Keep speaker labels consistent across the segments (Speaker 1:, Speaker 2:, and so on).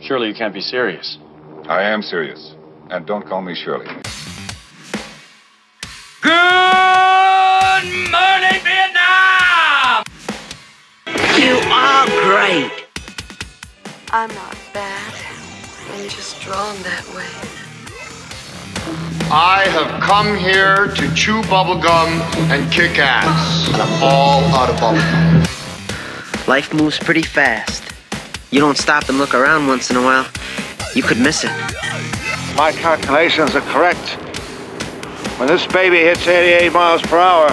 Speaker 1: Surely you can't be serious.
Speaker 2: I am serious. And don't call me Shirley.
Speaker 3: Good morning, Vietnam!
Speaker 4: You are great.
Speaker 5: I'm not bad. I'm just drawn that way.
Speaker 6: I have come here to chew bubblegum and kick ass. And I'm all out of bubblegum.
Speaker 4: Life moves pretty fast. You don't stop and look around once in a while. You could miss it.
Speaker 7: My calculations are correct. When this baby hits 88 miles per hour,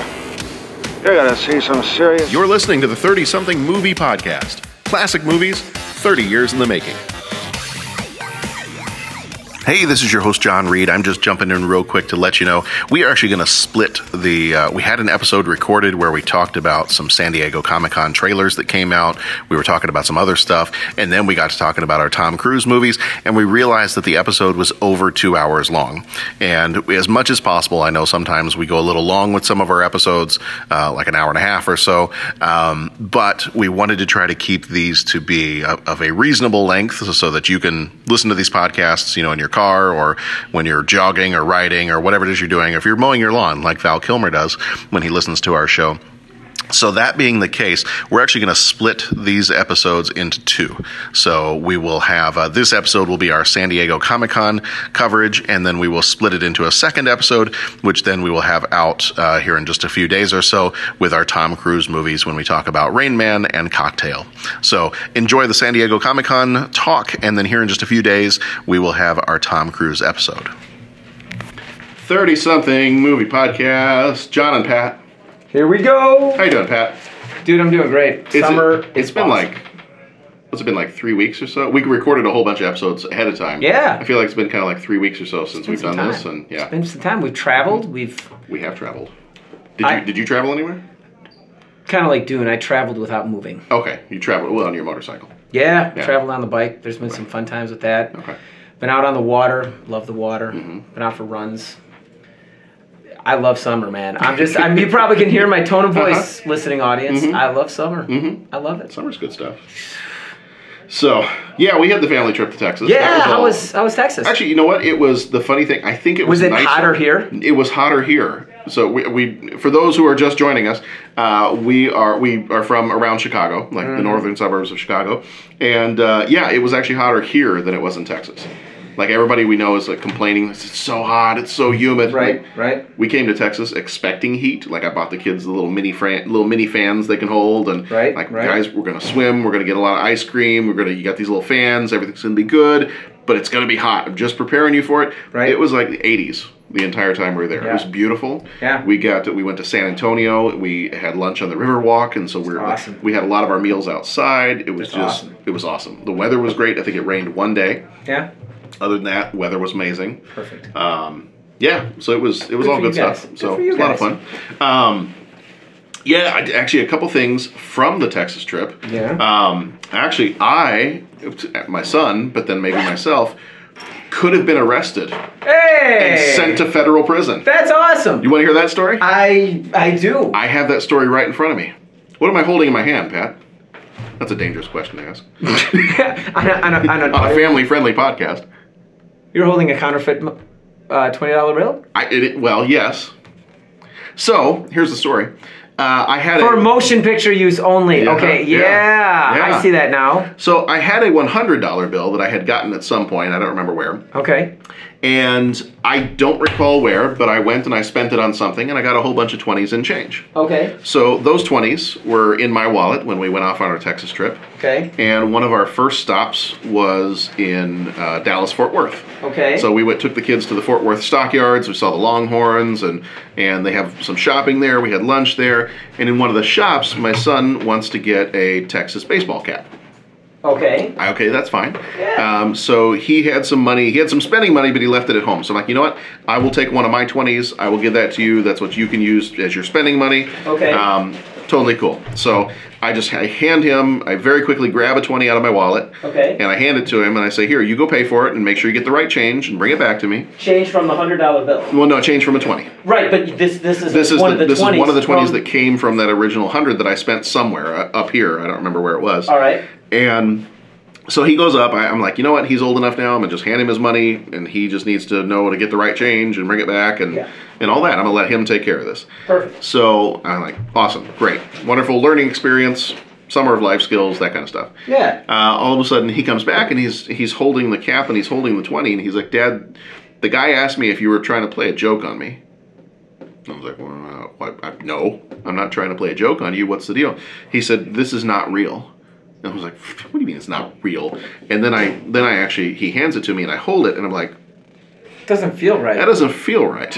Speaker 7: you're gonna see some serious.
Speaker 8: You're listening to the 30 something movie podcast. Classic movies, 30 years in the making. Hey, this is your host, John Reed. I'm just jumping in real quick to let you know we are actually going to split the. Uh, we had an episode recorded where we talked about some San Diego Comic Con trailers that came out. We were talking about some other stuff. And then we got to talking about our Tom Cruise movies. And we realized that the episode was over two hours long. And as much as possible, I know sometimes we go a little long with some of our episodes, uh, like an hour and a half or so. Um, but we wanted to try to keep these to be of of a reasonable length so that you can listen to these podcasts, you know, in your car or when you're jogging or riding or whatever it is you're doing. If you're mowing your lawn, like Val Kilmer does when he listens to our show. So, that being the case, we're actually going to split these episodes into two. So, we will have uh, this episode will be our San Diego Comic Con coverage, and then we will split it into a second episode, which then we will have out uh, here in just a few days or so with our Tom Cruise movies when we talk about Rain Man and Cocktail. So, enjoy the San Diego Comic Con talk, and then here in just a few days, we will have our Tom Cruise episode. 30 something movie podcast. John and Pat.
Speaker 9: Here we go.
Speaker 8: How you doing, Pat?
Speaker 9: Dude, I'm doing great.
Speaker 8: Is
Speaker 9: Summer
Speaker 8: It,
Speaker 9: is
Speaker 8: has been
Speaker 9: awesome.
Speaker 8: like, what's it been like three weeks or so? We recorded a whole bunch of episodes ahead of time.
Speaker 9: Yeah.
Speaker 8: I feel like it's been kind of like three weeks or so since
Speaker 9: been
Speaker 8: we've
Speaker 9: some
Speaker 8: done
Speaker 9: time.
Speaker 8: this, and yeah,
Speaker 9: It's been some time. We've traveled. We've
Speaker 8: we have traveled. Did
Speaker 9: I-
Speaker 8: you did you travel anywhere?
Speaker 9: kind of like Dune. I traveled without moving.
Speaker 8: Okay, you traveled well on your motorcycle.
Speaker 9: Yeah,
Speaker 8: Yeah.
Speaker 9: traveled on the bike. There's been some fun times with that.
Speaker 8: Okay. Mm-hmm.
Speaker 9: Been out on the water. Love the water. Been out for runs. I love summer, man. I'm just. I'm, you probably can hear my tone of
Speaker 8: Uh-huh.
Speaker 9: voice, listening audience.
Speaker 8: Mm-hmm.
Speaker 9: I love summer. I love it.
Speaker 8: Summer's good stuff. So yeah, we had the family trip to Texas. That
Speaker 9: Yeah, how
Speaker 8: all-
Speaker 9: was how was Texas?
Speaker 8: Actually, you know what? It was the funny thing. I think it was.
Speaker 9: was it
Speaker 8: nicer-
Speaker 9: hotter here?
Speaker 8: It was hotter here. So we, we for those who are just joining us, uh, we are we are from around Chicago, like
Speaker 9: Mm.
Speaker 8: the northern suburbs of Chicago, and uh, yeah, it was actually hotter here than it was in Texas. Like everybody we know is like complaining, it's so hot, it's so humid.
Speaker 9: Right,
Speaker 8: Like,
Speaker 9: right.
Speaker 8: we came to Texas expecting heat. Like I bought the kids the little mini fran- little mini fans they can hold, and
Speaker 9: Right,
Speaker 8: like
Speaker 9: right.
Speaker 8: guys, we're gonna swim. We're gonna get a lot of ice cream. We're gonna you got these little fans. Everything's gonna be good, but it's gonna be hot. I'm just preparing you for it.
Speaker 9: Right.
Speaker 8: It was like the 80s the entire time we were there. It
Speaker 9: Yeah.
Speaker 8: was beautiful.
Speaker 9: Yeah.
Speaker 8: We got we went to San Antonio. We had lunch on the Riverwalk, and so we were
Speaker 9: Awesome.
Speaker 8: we had a lot of our meals outside. It was
Speaker 9: That's
Speaker 8: just
Speaker 9: awesome.
Speaker 8: it was awesome. The weather was great. I think it rained one day.
Speaker 9: Yeah,
Speaker 8: Other than that, weather was amazing.
Speaker 9: perfect.
Speaker 8: Um, yeah, so it was it was
Speaker 9: Good
Speaker 8: all
Speaker 9: for you
Speaker 8: good stuff.
Speaker 9: guys. Good
Speaker 8: So
Speaker 9: for you
Speaker 8: it was a lot
Speaker 9: guys.
Speaker 8: of fun. Um, yeah, I, d- actually, a couple things from the Texas trip.
Speaker 9: Yeah.
Speaker 8: Um, actually, I, my son, but then maybe myself, could have been arrested and
Speaker 9: hey,
Speaker 8: sent to federal prison.
Speaker 9: that's awesome.
Speaker 8: You want to hear that story?
Speaker 9: I I do.
Speaker 8: I have that story right in front of me. What am I holding in my hand, Pat? That's a dangerous question to ask
Speaker 9: on a, on a, on a,
Speaker 8: on a family-friendly podcast.
Speaker 9: You're holding a counterfeit m- uh, twenty dollar bill
Speaker 8: I, it, well, yes. So here's the story. Uh, I had
Speaker 9: for
Speaker 8: a,
Speaker 9: motion picture use only.
Speaker 8: Yeah,
Speaker 9: okay,
Speaker 8: yeah,
Speaker 9: yeah,
Speaker 8: yeah.
Speaker 9: I see that now.
Speaker 8: So I had a $100 bill that I had gotten at some point, I don't remember where,
Speaker 9: Okay,
Speaker 8: and I don't recall where, but I went and I spent it on something and I got a whole bunch of 20s in change.
Speaker 9: okay,
Speaker 8: So those 20s were in my wallet when we went off on our Texas trip,
Speaker 9: okay,
Speaker 8: and one of our first stops was in uh, Dallas, Fort Worth.
Speaker 9: okay.
Speaker 8: So we went, took the kids to the Fort Worth Stockyards. We saw the Longhorns, and and they have some shopping there. We had lunch there, and in one of the shops, my son wants to get a Texas baseball cap.
Speaker 9: okay,
Speaker 8: I- okay, that's fine. Um, so he had some money. He had some spending money, but he left it at home. So I'm like, you know what? I will take one of my 20s. I will give that to you. That's what you can use as your spending money.
Speaker 9: Okay.
Speaker 8: Um, totally cool. So I just I hand him. I very quickly grab a 20 out of my wallet.
Speaker 9: Okay.
Speaker 8: And I hand it to him, and I say, here, you go pay for it, and make sure you get the right change, and bring it back to me.
Speaker 9: change from the hundred dollar bill.
Speaker 8: Well, no, change from a 20.
Speaker 9: Right, but this this is
Speaker 8: This is the, this is one of the 20s that came from that original 100 that I spent somewhere uh, up here. I don't remember where it was.
Speaker 9: right.
Speaker 8: And So he goes up. I, I'm like, you know what? He's old enough now. I'm gonna just hand him his money, and he just needs to know to get the right change and bring it back and
Speaker 9: Yeah.
Speaker 8: and all that. I'm gonna let him take care of this.
Speaker 9: Perfect.
Speaker 8: So I'm like, awesome, great, wonderful learning experience, summer of life skills, that kind of stuff.
Speaker 9: Yeah.
Speaker 8: Uh, all of a sudden, he comes back and he's he's holding the cap and he's holding the twenty, and he's like, Dad, the guy asked me if you were trying to play a joke on me. I was like, well, uh, I, I, no, I'm not trying to play a joke on you. What's the deal? He said, this is not real. And I was like, what do you mean it's not real? And then I, then I actually, he hands it to me and I hold it and I'm like,
Speaker 9: Doesn't feel right.
Speaker 8: that doesn't feel right.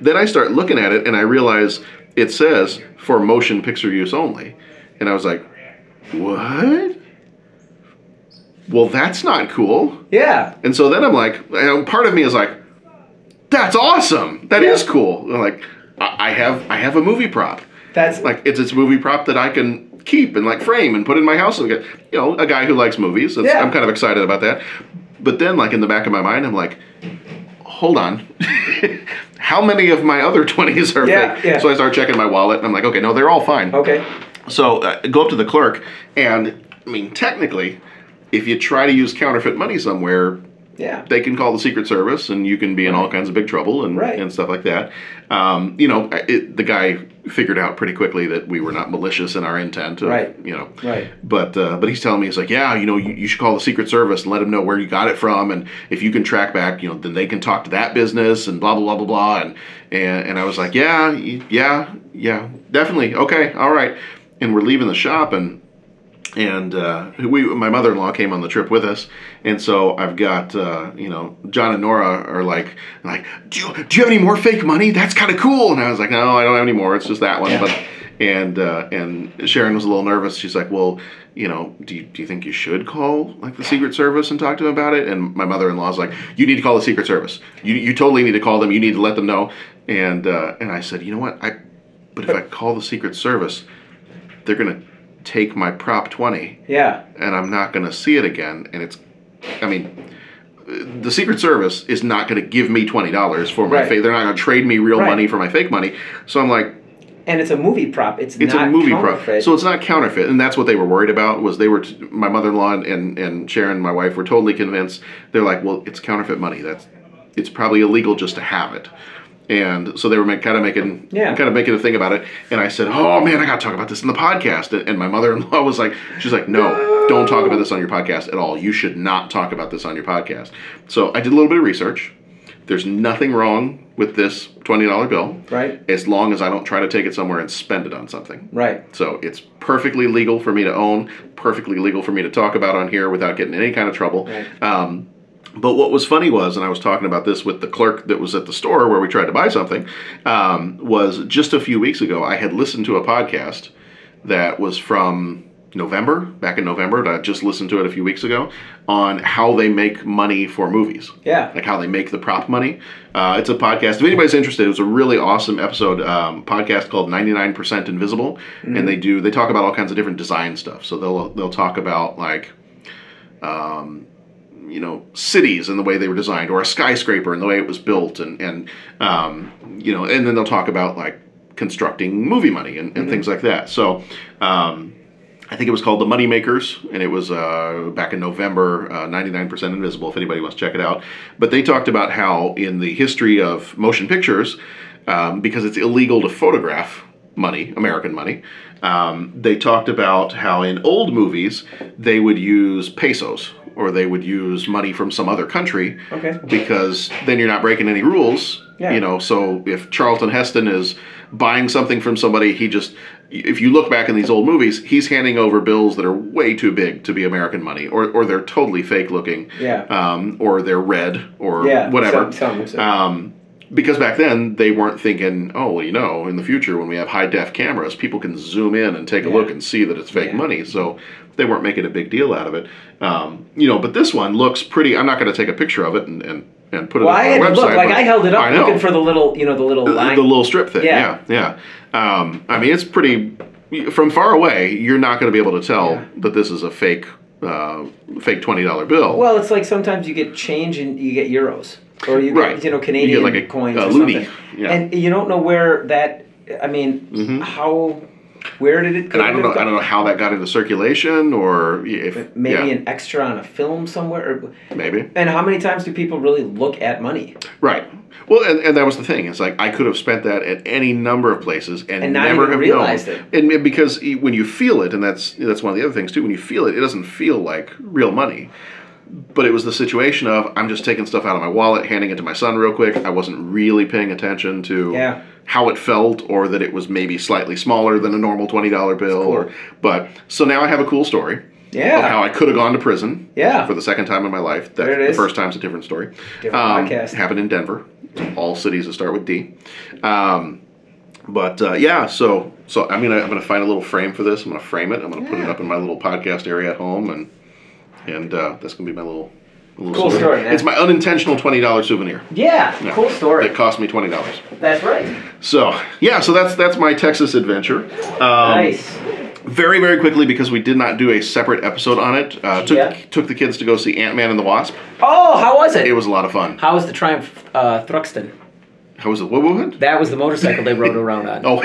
Speaker 8: then I start looking at it and I realize it says for motion picture use only. And I was like, what? Well, that's not cool.
Speaker 9: yeah.
Speaker 8: And so then I'm like, you know, part of me is like, that's awesome. That is cool. And like, I I have I have a movie prop.
Speaker 9: That's
Speaker 8: Like it's it's a movie prop that I can keep and like frame and put in my house and get you know a guy who likes movies. It's-
Speaker 9: Yeah.
Speaker 8: I'm kind of excited about that. But then like in the back of my mind, I'm like, hold on. How many of my other 20s are
Speaker 9: Yeah,
Speaker 8: fake?
Speaker 9: yeah.
Speaker 8: So I start checking my wallet and I'm like, okay, no, they're all fine.
Speaker 9: okay.
Speaker 8: So uh, go up to the clerk, and I mean, technically, if you try to use counterfeit money somewhere,
Speaker 9: Yeah.
Speaker 8: they can call the Secret Service, and you can be in all kinds of big trouble and
Speaker 9: Right.
Speaker 8: and stuff like that. Um, you know, it, the guy figured out pretty quickly that we were not malicious in our intent. Of,
Speaker 9: Right.
Speaker 8: You know.
Speaker 9: Right.
Speaker 8: But uh, but he's telling me he's like, yeah, you know, you, you should call the Secret Service and let them know where you got it from, and if you can track back, you know, then they can talk to that business and blah blah blah blah blah. And and, and I was like, yeah, y- yeah, yeah, definitely, okay, all right. And we're leaving the shop, and and uh, we, my mother-in-law came on the trip with us, and so I've got, uh, you know, John and Nora are like, like, do you, do you have any more fake money? That's kind of cool. And I was like, no, I don't have any more. It's just that one. But and uh, and Sharon was a little nervous. She's like, well, you know, do you, do you think you should call like the Secret Service and talk to them about it? And my mother-in-law's like, you need to call the Secret Service. You you totally need to call them. You need to let them know. And uh, and I said, you know what? I but if I call the Secret Service, they're gonna take my prop twenty
Speaker 9: Yeah.
Speaker 8: and I'm not going to see it again. And it's, I mean, uh, the Secret Service is not going to give me twenty dollars for my
Speaker 9: Right.
Speaker 8: fake. They're not going to trade me real
Speaker 9: Right.
Speaker 8: money for my fake money. So I'm like,
Speaker 9: And it's a movie prop. It's,
Speaker 8: it's
Speaker 9: not
Speaker 8: a movie prop,
Speaker 9: counterfeit.
Speaker 8: so it's not counterfeit, and that's what they were worried about. Was they were t- my mother-in-law and and Sharon, my wife, were totally convinced. They're like, well, it's counterfeit money. That's it's probably illegal just to have it. And so they were kind of making,
Speaker 9: Yeah.
Speaker 8: kind of making a thing about it. And I said, "Oh man, I got to talk about this in the podcast." And, and my mother-in-law was like, "She's like, no, don't talk about this on your podcast at all. You should not talk about this on your podcast." So I did a little bit of research. There's nothing wrong with this twenty dollar bill,
Speaker 9: Right.
Speaker 8: As long as I don't try to take it somewhere and spend it on something,
Speaker 9: right.
Speaker 8: so it's perfectly legal for me to own, perfectly legal for me to talk about on here without getting any kind of trouble.
Speaker 9: Right.
Speaker 8: Um, but what was funny was, and I was talking about this with the clerk that was at the store where we tried to buy something, um, was just a few weeks ago, I had listened to a podcast that was from November, back in November, and I just listened to it a few weeks ago, on how they make money for movies
Speaker 9: Yeah.
Speaker 8: like how they make the prop money. Uh, it's a podcast. If anybody's interested, it was a really awesome episode um, podcast called "99% Invisible," and they do they talk about all kinds of different design stuff. So they'll they'll talk about like um, you know cities and the way they were designed or a skyscraper and the way it was built and and um, you know and then they'll talk about like constructing movie money and, and things like that so um, i think it was called the money makers and it was uh, back in november uh, 99% invisible if anybody wants to check it out but they talked about how in the history of motion pictures um, because it's illegal to photograph money, American money. Um, they talked about how in old movies they would use pesos or they would use money from some other country
Speaker 9: Okay.
Speaker 8: because then you're not breaking any rules.
Speaker 9: Yeah.
Speaker 8: You know, so if Charlton Heston is buying something from somebody, he just if you look back in these old movies, he's handing over bills that are way too big to be American money, or, or they're totally fake looking,
Speaker 9: Yeah.
Speaker 8: um, or they're red, or
Speaker 9: Yeah.
Speaker 8: whatever.
Speaker 9: Some, some, some.
Speaker 8: Um, because back then they weren't thinking, oh, well, you know, in the future when we have high def cameras, people can zoom in and take a
Speaker 9: Yeah.
Speaker 8: look and see that it's fake
Speaker 9: Yeah.
Speaker 8: money. So they weren't making a big deal out of it. Um, you know, but this one looks pretty. I'm not going to take a picture of it and, and, and put it
Speaker 9: well,
Speaker 8: on
Speaker 9: I
Speaker 8: our
Speaker 9: had
Speaker 8: website.
Speaker 9: looked like
Speaker 8: but
Speaker 9: I held it
Speaker 8: I
Speaker 9: up
Speaker 8: know.
Speaker 9: looking for the little, you know, the little
Speaker 8: the,
Speaker 9: line.
Speaker 8: the little strip thing.
Speaker 9: Yeah.
Speaker 8: Yeah, yeah. Um, I mean, it's pretty. From far away, you're not going to be able to tell that this is a fake, uh, fake twenty dollar bill.
Speaker 9: well, it's like sometimes you get change and you get euros or you get
Speaker 8: Right.
Speaker 9: you know
Speaker 8: You get
Speaker 9: Canadian
Speaker 8: like a-
Speaker 9: coins
Speaker 8: a
Speaker 9: or
Speaker 8: loonie.
Speaker 9: something,
Speaker 8: Yeah.
Speaker 9: and you don't know where that. I mean, how Where did it
Speaker 8: Mm-hmm.
Speaker 9: go?
Speaker 8: And I don't know. I don't know how that got into circulation, or if
Speaker 9: Maybe
Speaker 8: yeah,
Speaker 9: an extra on a film somewhere. Or,
Speaker 8: maybe
Speaker 9: and how many times do people really look at money?
Speaker 8: right. Well, and, and that was the thing. It's like I could have spent that at any number of places and,
Speaker 9: And not
Speaker 8: never
Speaker 9: even
Speaker 8: have
Speaker 9: realized
Speaker 8: known.
Speaker 9: it.
Speaker 8: And and because e- when you feel it, and that's that's one of the other things too. When you feel it, it doesn't feel like real money. But it was the situation of I'm just taking stuff out of my wallet, handing it to my son real quick. I wasn't really paying attention to
Speaker 9: Yeah.
Speaker 8: how it felt, or that it was maybe slightly smaller than a normal twenty dollar bill. Or, but so now I have a cool story.
Speaker 9: Yeah.
Speaker 8: of how I could have gone to prison.
Speaker 9: Yeah.
Speaker 8: For the second time in my life. That,
Speaker 9: There it
Speaker 8: the
Speaker 9: is.
Speaker 8: first time's a different story. Um,
Speaker 9: Different podcast.
Speaker 8: Happened in Denver. All cities that start with D. Um, but uh, yeah, so so I'm gonna I'm gonna find a little frame for this. I'm gonna frame it. I'm gonna put it up in my little podcast area at home, and and uh, that's gonna be my little. little
Speaker 9: Cool story, man.
Speaker 8: It's my unintentional twenty dollar souvenir.
Speaker 9: Yeah,
Speaker 8: Yeah.
Speaker 9: cool story.
Speaker 8: That cost me twenty dollars.
Speaker 9: That's right.
Speaker 8: So yeah, so that's that's my Texas adventure. Um,
Speaker 9: nice.
Speaker 8: very very quickly because we did not do a separate episode on it. Uh, took
Speaker 9: Yeah.
Speaker 8: took the kids to go see Ant Man and the Wasp.
Speaker 9: Oh, how was it?
Speaker 8: It was a lot of fun.
Speaker 9: How was the Triumph uh, Thruxton?
Speaker 8: How was it? What what? what?
Speaker 9: That was the motorcycle they rode around on.
Speaker 8: Oh,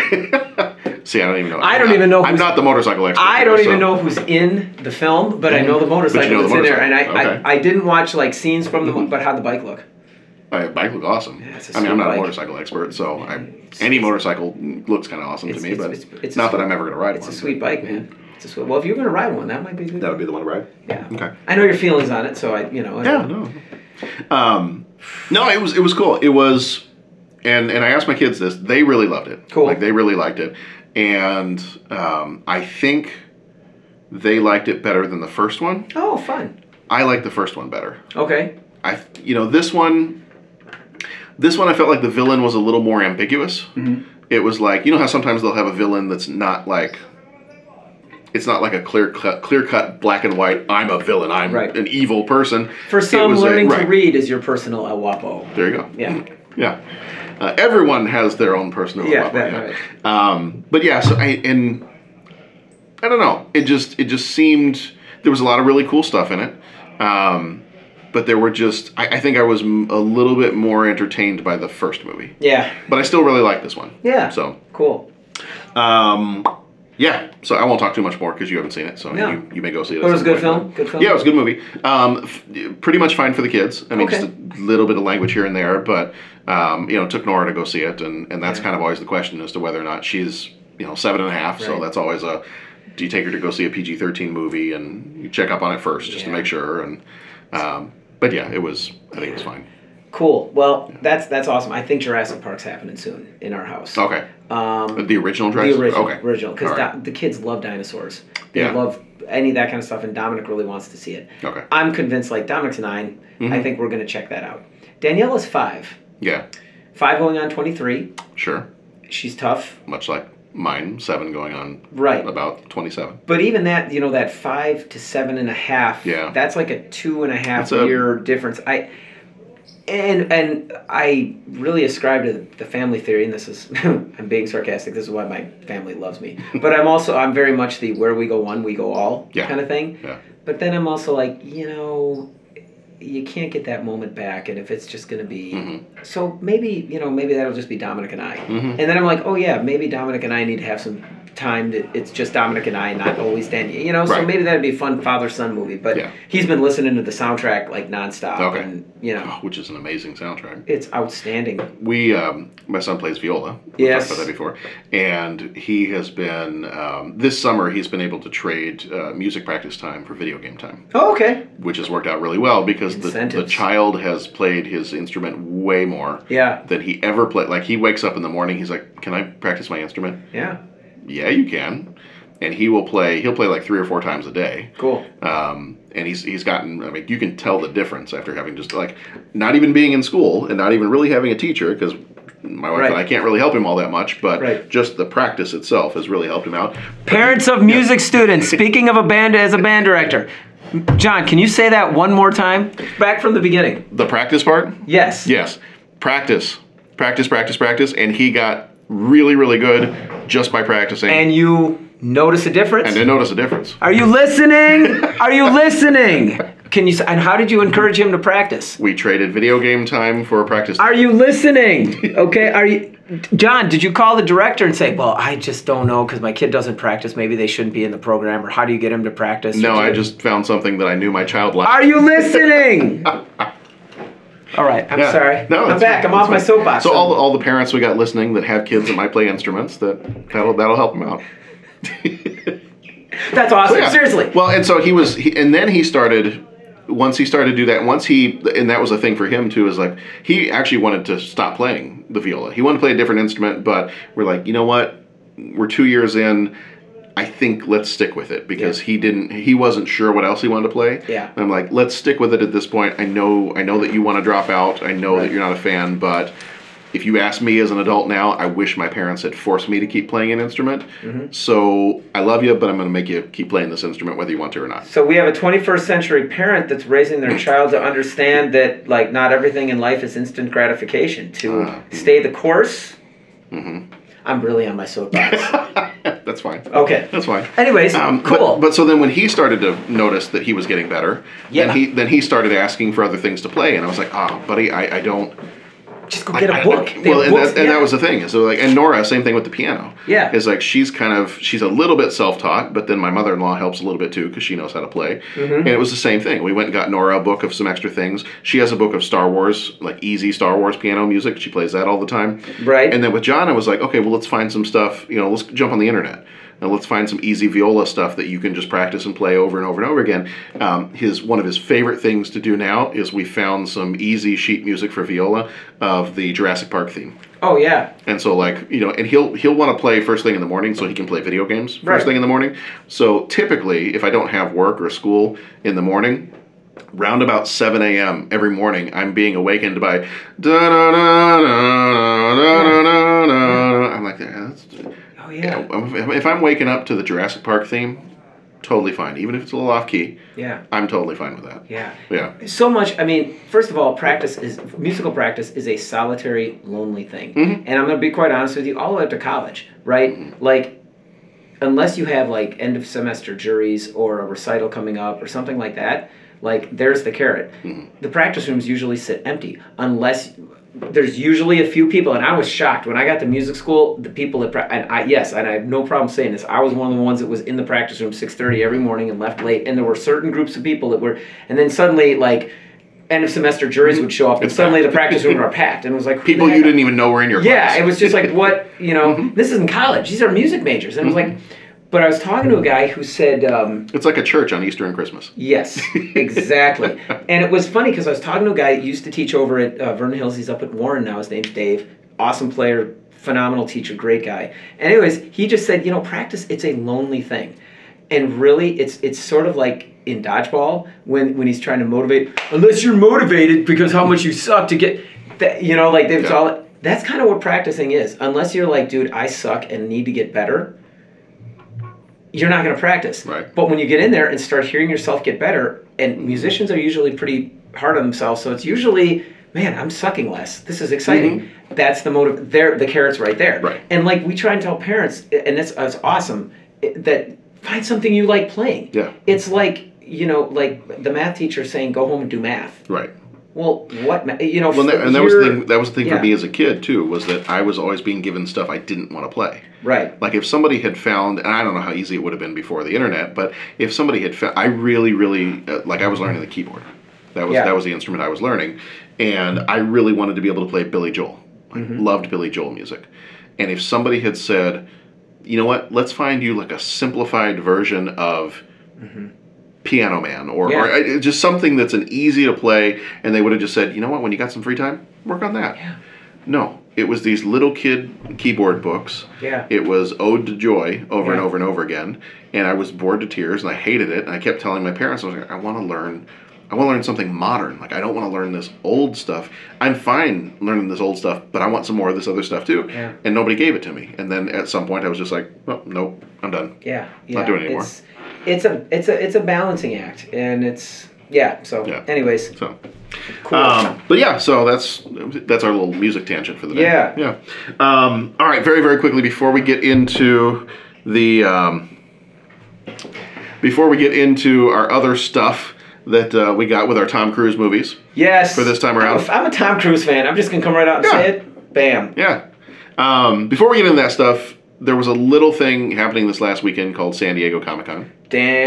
Speaker 8: see, I don't even know.
Speaker 9: I
Speaker 8: I'm
Speaker 9: don't
Speaker 8: not-
Speaker 9: even know
Speaker 8: I'm
Speaker 9: who's-
Speaker 8: not the motorcycle expert.
Speaker 9: I don't
Speaker 8: so- Mm-hmm.
Speaker 9: even know who's in the film, but I know the motorcycle
Speaker 8: But you know the
Speaker 9: that's in there, and I,
Speaker 8: motorcycle. Okay. Mm-hmm.
Speaker 9: I, I didn't watch like scenes from the mo- but how'd the bike look?
Speaker 8: Uh, bike looked awesome.
Speaker 9: it's a
Speaker 8: I mean,
Speaker 9: sweet
Speaker 8: I'm not a
Speaker 9: bike.
Speaker 8: motorcycle expert, so I, any motorcycle looks kind of awesome to
Speaker 9: It's-
Speaker 8: me.
Speaker 9: it's-
Speaker 8: but it's,
Speaker 9: it's- it's a
Speaker 8: not that
Speaker 9: sweet-
Speaker 8: I'm ever going to ride
Speaker 9: It's
Speaker 8: one.
Speaker 9: a
Speaker 8: but
Speaker 9: sweet bike, man. It's a sweet. Well, if you're gonna ride one, that might be a good.
Speaker 8: That would be the one to ride.
Speaker 9: yeah.
Speaker 8: Okay.
Speaker 9: I know your feelings on it, so I, you know. I-
Speaker 8: Yeah. No. Um, no, it was it was cool. It was, and and I asked my kids this. They really loved it.
Speaker 9: Cool.
Speaker 8: Like they really liked it, and um, I think they liked it better than the first one.
Speaker 9: Oh, fun.
Speaker 8: I like the first one better.
Speaker 9: Okay.
Speaker 8: I you know this one this one I felt like the villain was a little more ambiguous.
Speaker 9: Mm-hmm.
Speaker 8: It was like you know how sometimes they'll have a villain that's not like it's not like a clear cut, clear cut black and white. I'm a villain. I'm
Speaker 9: Right.
Speaker 8: an evil person.
Speaker 9: For
Speaker 8: It
Speaker 9: some,
Speaker 8: was a-
Speaker 9: learning to
Speaker 8: right.
Speaker 9: read is your personal El Guapo.
Speaker 8: There you go.
Speaker 9: Yeah.
Speaker 8: Yeah. Uh, everyone has their own personal
Speaker 9: Yeah,
Speaker 8: level,
Speaker 9: that-
Speaker 8: Um, but yeah, so I and I don't know. It just it just seemed there was a lot of really cool stuff in it. Um, but there were just I, I think I was m- a little bit more entertained by the first movie.
Speaker 9: Yeah.
Speaker 8: But I still really like this one.
Speaker 9: Yeah.
Speaker 8: So
Speaker 9: Cool.
Speaker 8: um, yeah. So I won't talk too much more because you haven't seen it. So
Speaker 9: No.
Speaker 8: you, you may go see it.
Speaker 9: But
Speaker 8: at
Speaker 9: it was
Speaker 8: some
Speaker 9: a good
Speaker 8: point.
Speaker 9: film. Good film.
Speaker 8: Yeah, it was a good movie. Um, f- pretty much fine for the kids. I mean, just
Speaker 9: Okay.
Speaker 8: a little bit of language here and there, but um, you know, took Nora to go see it, and and that's kind of always the question as to whether or not she's you know seven and a half. So
Speaker 9: Right.
Speaker 8: that's always a do you take her to go see a PG thirteen movie and you check up on it first just to
Speaker 9: Yeah.
Speaker 8: make sure and. Um, but yeah, it was. I think it was fine.
Speaker 9: Cool. Well, that's that's awesome. I think Jurassic Park's happening soon in our house.
Speaker 8: Okay.
Speaker 9: Um,
Speaker 8: The original
Speaker 9: the
Speaker 8: Jurassic.
Speaker 9: original,
Speaker 8: Okay.
Speaker 9: original, because
Speaker 8: All right.
Speaker 9: the kids love dinosaurs. They
Speaker 8: Yeah.
Speaker 9: love any of that kind of stuff, and Dominic really wants to see it.
Speaker 8: Okay. Mm-hmm.
Speaker 9: I'm convinced. Like Dominic's 9 I think we're gonna check that out. Daniela's five,
Speaker 8: Yeah.
Speaker 9: five going on twenty three.
Speaker 8: Sure.
Speaker 9: She's tough,
Speaker 8: Much like mine, seven going on
Speaker 9: right?
Speaker 8: about twenty-seven.
Speaker 9: But even that, you know, that five to seven and a half,
Speaker 8: Yeah.
Speaker 9: that's like a two and a half
Speaker 8: That's a-
Speaker 9: year difference. I and and I really ascribe to the family theory, and this is I'm being sarcastic. This is why my family loves me. But I'm also I'm very much the where we go one, we go all
Speaker 8: Yeah.
Speaker 9: kind of thing.
Speaker 8: Yeah.
Speaker 9: But then I'm also like, you know, you can't get that moment back, and if it's just going to be,
Speaker 8: Mm-hmm.
Speaker 9: so maybe you know, maybe that'll just be Dominic and I. And then I'm like, oh yeah, maybe Dominic and I need to have some time that it's just Dominic and I, not always Danny. You know, so
Speaker 8: Right.
Speaker 9: maybe that'd be a fun father son movie. But
Speaker 8: Yeah.
Speaker 9: he's been listening to the soundtrack like nonstop,
Speaker 8: Okay.
Speaker 9: and you know,
Speaker 8: Which is an amazing soundtrack.
Speaker 9: it's outstanding.
Speaker 8: we um, my son plays viola. We
Speaker 9: Yes.
Speaker 8: talked about that before, and he has been um, this summer. He's been able to trade uh, music practice time for video game time,
Speaker 9: Oh okay,
Speaker 8: which has worked out really well because the, the
Speaker 9: Incentives.
Speaker 8: child has played his instrument way more
Speaker 9: yeah,
Speaker 8: than he ever played. Like he wakes up in the morning, he's like, "Can I practice my instrument?"
Speaker 9: yeah,
Speaker 8: Yeah, you can. And he will play. He'll play like three or four times a day.
Speaker 9: cool.
Speaker 8: Um, and he's he's gotten. I mean, you can tell the difference after having just like not even being in school and not even really having a teacher because my wife and I
Speaker 9: Right.
Speaker 8: can't really help him all that much. But
Speaker 9: Right.
Speaker 8: just the practice itself has really helped him out.
Speaker 9: Parents of music students. Speaking of a band as a band director. John, can you say that one more time? Back from the beginning.
Speaker 8: The practice part,
Speaker 9: Yes.
Speaker 8: yes, practice, practice, practice, practice, and he got really really good just by practicing.
Speaker 9: And you notice a difference?
Speaker 8: and didn't notice a difference.
Speaker 9: Are you listening? Are you listening? Can you? s- And how did you encourage him to practice?
Speaker 8: We traded video game time for a practice.
Speaker 9: Are you listening? Okay. Are you, John? Did you call the director and say, "Well, I just don't know because my kid doesn't practice. Maybe they shouldn't be in the program." Or how do you get him to practice?
Speaker 8: no,
Speaker 9: Or do
Speaker 8: I
Speaker 9: you-
Speaker 8: just found something that I knew my child liked.
Speaker 9: Are you listening? All right. I'm
Speaker 8: Yeah.
Speaker 9: sorry.
Speaker 8: No,
Speaker 9: I'm
Speaker 8: that's
Speaker 9: back.
Speaker 8: fine.
Speaker 9: I'm off my
Speaker 8: That's fine.
Speaker 9: soapbox.
Speaker 8: So all, all the parents we got listening that have kids that might play instruments, that that'll that'll help them out.
Speaker 9: That's awesome.
Speaker 8: Yeah.
Speaker 9: Seriously.
Speaker 8: Well, and so he was, he, and then he started. Once he started to do that, once he, and that was a thing for him too, is like he actually wanted to stop playing the viola. He wanted to play a different instrument, but we're like, you know what? We're two years in. I think let's stick with it because he didn't, he wasn't sure what else he wanted to play.
Speaker 9: Yeah.
Speaker 8: And I'm like, let's stick with it at this point. I know, I know that you want to drop out. I know that you're not a fan, but if you ask me as an adult now, I wish my parents had forced me to keep playing an instrument.
Speaker 9: Mm-hmm.
Speaker 8: So I love you, but I'm going to make you keep playing this instrument whether you want to or not.
Speaker 9: So we have a 21st century parent that's raising their child to understand that like not everything in life is instant gratification. To
Speaker 8: Ah.
Speaker 9: stay the course.
Speaker 8: mm-hmm.
Speaker 9: I'm really on my soapbox.
Speaker 8: That's fine.
Speaker 9: okay.
Speaker 8: That's fine.
Speaker 9: Anyways,
Speaker 8: Um, but-
Speaker 9: Oh. cool.
Speaker 8: But, so then when he started to notice that he was getting better,
Speaker 9: Yeah.
Speaker 8: then he then he started asking for other things to play, and I was like, ah, buddy, I, I don't.
Speaker 9: just go get
Speaker 8: I-
Speaker 9: a
Speaker 8: I-
Speaker 9: book. They
Speaker 8: well,
Speaker 9: have
Speaker 8: and,
Speaker 9: books-
Speaker 8: that, and
Speaker 9: yeah.
Speaker 8: that was the thing. So like, and Nora, same thing with the piano.
Speaker 9: Yeah.
Speaker 8: is like she's kind of she's a little bit self-taught, but then my mother-in-law helps a little bit too because she knows how to play.
Speaker 9: Mm-hmm.
Speaker 8: And it was the same thing. We went and got Nora a book of some extra things. She has a book of Star Wars, like easy Star Wars piano music. She plays that all the time.
Speaker 9: Right.
Speaker 8: And then with John, I was like, okay, well, let's find some stuff. You know, let's jump on the internet. And let's find some easy viola stuff that you can just practice and play over and over and over again. Um, his one of his favorite things to do now is we found some easy sheet music for viola of the Jurassic Park theme.
Speaker 9: Oh yeah.
Speaker 8: And so, like you know, and he'll he'll want to play first thing in the morning, so he can play video games first
Speaker 9: Right.
Speaker 8: thing in the morning. So typically, if I don't have work or school in the morning, round about seven a.m. every morning, I'm being awakened by da da da da da da da. I'm like, "Yeah, that's,
Speaker 9: Oh
Speaker 8: yeah.
Speaker 9: yeah.
Speaker 8: I'm- if I'm waking up to the Jurassic Park theme, totally fine. Even if it's a little off key,
Speaker 9: Yeah.
Speaker 8: I'm totally fine with that.
Speaker 9: Yeah.
Speaker 8: Yeah.
Speaker 9: so much i mean first of all practice is musical practice is a solitary lonely thing
Speaker 8: Mm-hmm.
Speaker 9: and i'm going to be quite honest with you all the way up to college right like unless you have like end of semester juries or a recital coming up or something like that like there's the carrot
Speaker 8: Mm-hmm.
Speaker 9: the practice rooms usually sit empty unless there's usually a few people and i was shocked when i got to music school the people that pra- and i yes and i have no problem saying this i was one of the ones that was in the practice room 6.30 every morning and left late and there were certain groups of people that were and then suddenly like end of semester juries would show up and
Speaker 8: Mm-hmm. It's
Speaker 9: suddenly the
Speaker 8: packed.
Speaker 9: practice room were packed and it was like who the
Speaker 8: People
Speaker 9: heck-
Speaker 8: you didn't even know were in your class.
Speaker 9: yeah, it was just like what you know. This isn't college; these are music majors, and I was like, but I was talking to a guy who said, um,
Speaker 8: It's like a church on Easter and Christmas.
Speaker 9: Yes, exactly. and it was funny because I was talking to a guy that used to teach over at uh, Vernon Hills. He's up at Warren now. His name's Dave. Awesome player, phenomenal teacher, great guy. And anyways, he just said, you know, practice. It's a lonely thing, and really, it's it's sort of like in dodgeball when when he's trying to motivate. Unless you're motivated because how much you suck to get, that, you know, like it's
Speaker 8: Yeah.
Speaker 9: all. That's kind of what practicing is. Unless you're like, dude, I suck and need to get better you're not going to practice.
Speaker 8: Right.
Speaker 9: But when you get in there and start hearing yourself get better, and musicians are usually pretty hard on themselves, so it's usually, man, I'm sucking less. This is exciting. That's the motive. There, the carrot's right there.
Speaker 8: Mm-hmm. Right.
Speaker 9: And like we try and tell parents, and it's, it's awesome i- that find something you like playing.
Speaker 8: Yeah.
Speaker 9: It's like you know, like the math teacher saying, go home and do math.
Speaker 8: Right.
Speaker 9: Well, what ma- you know?
Speaker 8: Well, and that, and that was the thing. That was the thing
Speaker 9: yeah.
Speaker 8: for me as a kid too. Was that I was always being given stuff I didn't want to play.
Speaker 9: right.
Speaker 8: Like if somebody had found, and I don't know how easy it would have been before the internet, but if somebody had found, I really, really uh, like I was learning the keyboard. That was
Speaker 9: Yeah.
Speaker 8: that was the instrument I was learning, and I really wanted to be able to play Billy Joel. I
Speaker 9: Mm-hmm.
Speaker 8: loved Billy Joel music, and if somebody had said, you know what, let's find you like a simplified version of. Piano Man, or, or
Speaker 9: Mm-hmm. Yeah.
Speaker 8: uh, just something that's an easy to play, and they would have just said, you know what, when you got some free time, work on that. No, it was these little kid keyboard books.
Speaker 9: Yeah.
Speaker 8: It was Ode to Joy over and
Speaker 9: Yeah.
Speaker 8: over and over again, and I was bored to tears and I hated it. And I kept telling my parents, I was like, I want to learn, I want to learn something modern. Like I don't want to learn this old stuff. I'm fine learning this old stuff, but I want some more of this other stuff too.
Speaker 9: Yeah.
Speaker 8: And nobody gave it to me. And then at some point, I was just like, well, nope, I'm done.
Speaker 9: Yeah, yeah.
Speaker 8: Not doing it anymore.
Speaker 9: It's, it's a it's a it's a balancing act, and it's yeah. So,
Speaker 8: Yeah.
Speaker 9: anyways,
Speaker 8: So.
Speaker 9: cool.
Speaker 8: Um, but yeah, so that's that's our little music tangent for the day.
Speaker 9: Yeah.
Speaker 8: yeah. Um, all right, very very quickly before we get into the um, before we get into our other stuff that uh, we got with our Tom Cruise movies.
Speaker 9: Yes.
Speaker 8: For this time
Speaker 9: I'm a-
Speaker 8: around.
Speaker 9: I'm a Tom Cruise fan. I'm just gonna come right out and
Speaker 8: Yeah.
Speaker 9: say it. Bam.
Speaker 8: Yeah. Um, before we get into that stuff, there was a little thing happening this last weekend called San Diego Comic Con.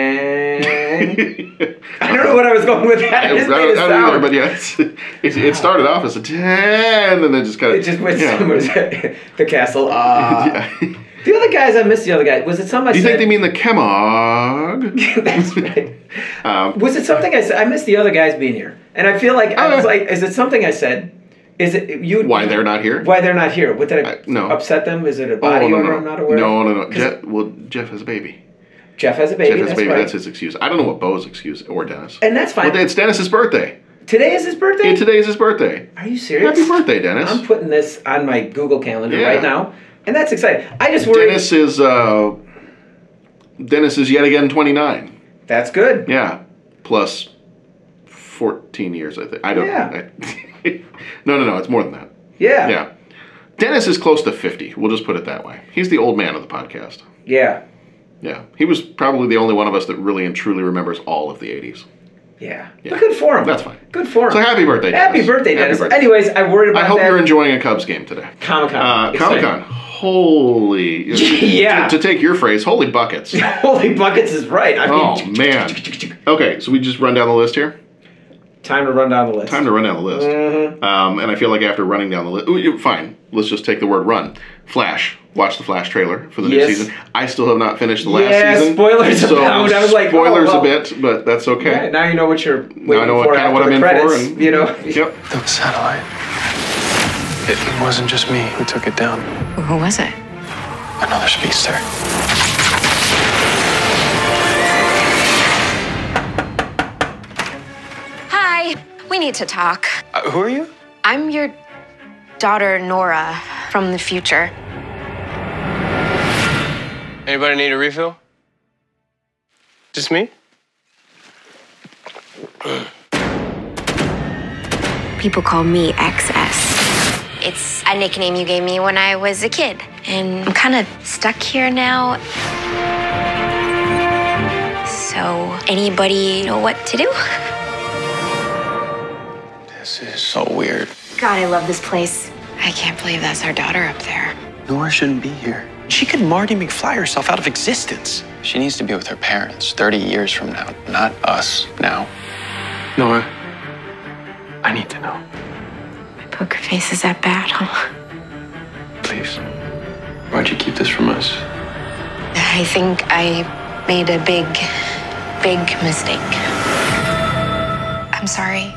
Speaker 9: Dang. I
Speaker 8: I
Speaker 9: don't know what I was going with that.
Speaker 8: I
Speaker 9: I
Speaker 8: don't,
Speaker 9: just made it
Speaker 8: I don't either,
Speaker 9: sound.
Speaker 8: but yeah, it's, it, it started off as a ten, and then just kind of
Speaker 9: It just went
Speaker 8: yeah.
Speaker 9: somewhere. to- the castle. Ah.
Speaker 8: Yeah. Do
Speaker 9: The other guys, I missed the other guy. Was it something I
Speaker 8: you
Speaker 9: said?
Speaker 8: think they mean the Chemog?
Speaker 9: That's right.
Speaker 8: Um,
Speaker 9: Was it something I said? I missed the other guys being here, and I feel like I was
Speaker 8: Uh.
Speaker 9: like, is it something I said? Is it you?
Speaker 8: why they're not here?
Speaker 9: Why they're not here? What did I,
Speaker 8: I- no.
Speaker 9: upset them? Is it a
Speaker 8: Oh,
Speaker 9: body
Speaker 8: no, no,
Speaker 9: odor
Speaker 8: no.
Speaker 9: I'm not aware
Speaker 8: no,
Speaker 9: of?
Speaker 8: no, no.
Speaker 9: 'Cause
Speaker 8: Jeff, well, Jeff has a baby.
Speaker 9: Jeff has a baby.
Speaker 8: Jeff has a
Speaker 9: that's
Speaker 8: baby.
Speaker 9: right.
Speaker 8: That's his excuse. I don't know what Bo's excuse or Dennis.
Speaker 9: and that's fine.
Speaker 8: Well, it's Dennis's birthday.
Speaker 9: Today is his birthday.
Speaker 8: Hey, today is his birthday.
Speaker 9: Are you serious?
Speaker 8: Happy birthday, Dennis.
Speaker 9: I'm putting this on my Google calendar
Speaker 8: Yeah.
Speaker 9: right now, and that's exciting. I just worry.
Speaker 8: Dennis is uh, Dennis is yet again 29.
Speaker 9: That's good.
Speaker 8: Yeah, plus 14 years. I think. I don't.
Speaker 9: Yeah.
Speaker 8: I- no, no, no. It's more than that.
Speaker 9: Yeah.
Speaker 8: Yeah. Dennis is close to 50. We'll just put it that way. He's the old man of the podcast.
Speaker 9: Yeah.
Speaker 8: Yeah. He was probably the only one of us that really and truly remembers all of the 80s.
Speaker 9: Yeah.
Speaker 8: Yeah.
Speaker 9: But good for him.
Speaker 8: That's fine.
Speaker 9: Good for him.
Speaker 8: So happy birthday, Dennis.
Speaker 9: Happy birthday,
Speaker 8: Happy
Speaker 9: Dennis.
Speaker 8: birthday.
Speaker 9: Anyways, I worried about
Speaker 8: I hope
Speaker 9: that.
Speaker 8: you're enjoying a Cubs game today.
Speaker 9: Comic Con.
Speaker 8: Uh, Comic Con. Holy.
Speaker 9: Yeah.
Speaker 8: To, to take your phrase, holy buckets.
Speaker 9: Holy buckets is right. I mean,
Speaker 8: oh, man. Okay, so we just run down the list here?
Speaker 9: time to run down the list.
Speaker 8: Time to run down the list.
Speaker 9: Mm-hmm.
Speaker 8: Um, and I feel like after running down the list, fine, let's just take the word run. Flash. Watch the Flash trailer for the
Speaker 9: Yes.
Speaker 8: new season. I still have not finished the last
Speaker 9: Yeah,
Speaker 8: season.
Speaker 9: spoilers abound. I was like, oh,
Speaker 8: spoilers
Speaker 9: well.
Speaker 8: a bit, but that's okay.
Speaker 9: Right, now you know what you're waiting
Speaker 8: Now I know what,
Speaker 9: for
Speaker 8: kind
Speaker 9: after
Speaker 8: of what
Speaker 9: the
Speaker 8: I'm in
Speaker 9: credits.
Speaker 8: for. And,
Speaker 9: you know.
Speaker 8: Yep.
Speaker 1: That satellite. It wasn't just me who took it down.
Speaker 10: Who was it?
Speaker 1: Another speedster.
Speaker 10: Hi, we need to talk.
Speaker 1: Uh, who are you?
Speaker 10: I'm your daughter, Nora, from the future.
Speaker 1: Anybody need a refill? Just me?
Speaker 10: People call me XS. It's a nickname you gave me when I was a kid, and I'm kind of stuck here now. So, anybody know what to do?
Speaker 1: This is so weird.
Speaker 10: God, I love this place. I can't believe that's our daughter up there.
Speaker 1: Nora shouldn't be here. She could Marty McFly herself out of existence. She needs to be with her parents 30 years from now, not us now. Nora, I need to know.
Speaker 10: My poker face is that bad, huh?
Speaker 1: Please. Why'd you keep this from us?
Speaker 10: I think I made a big, big mistake. I'm sorry.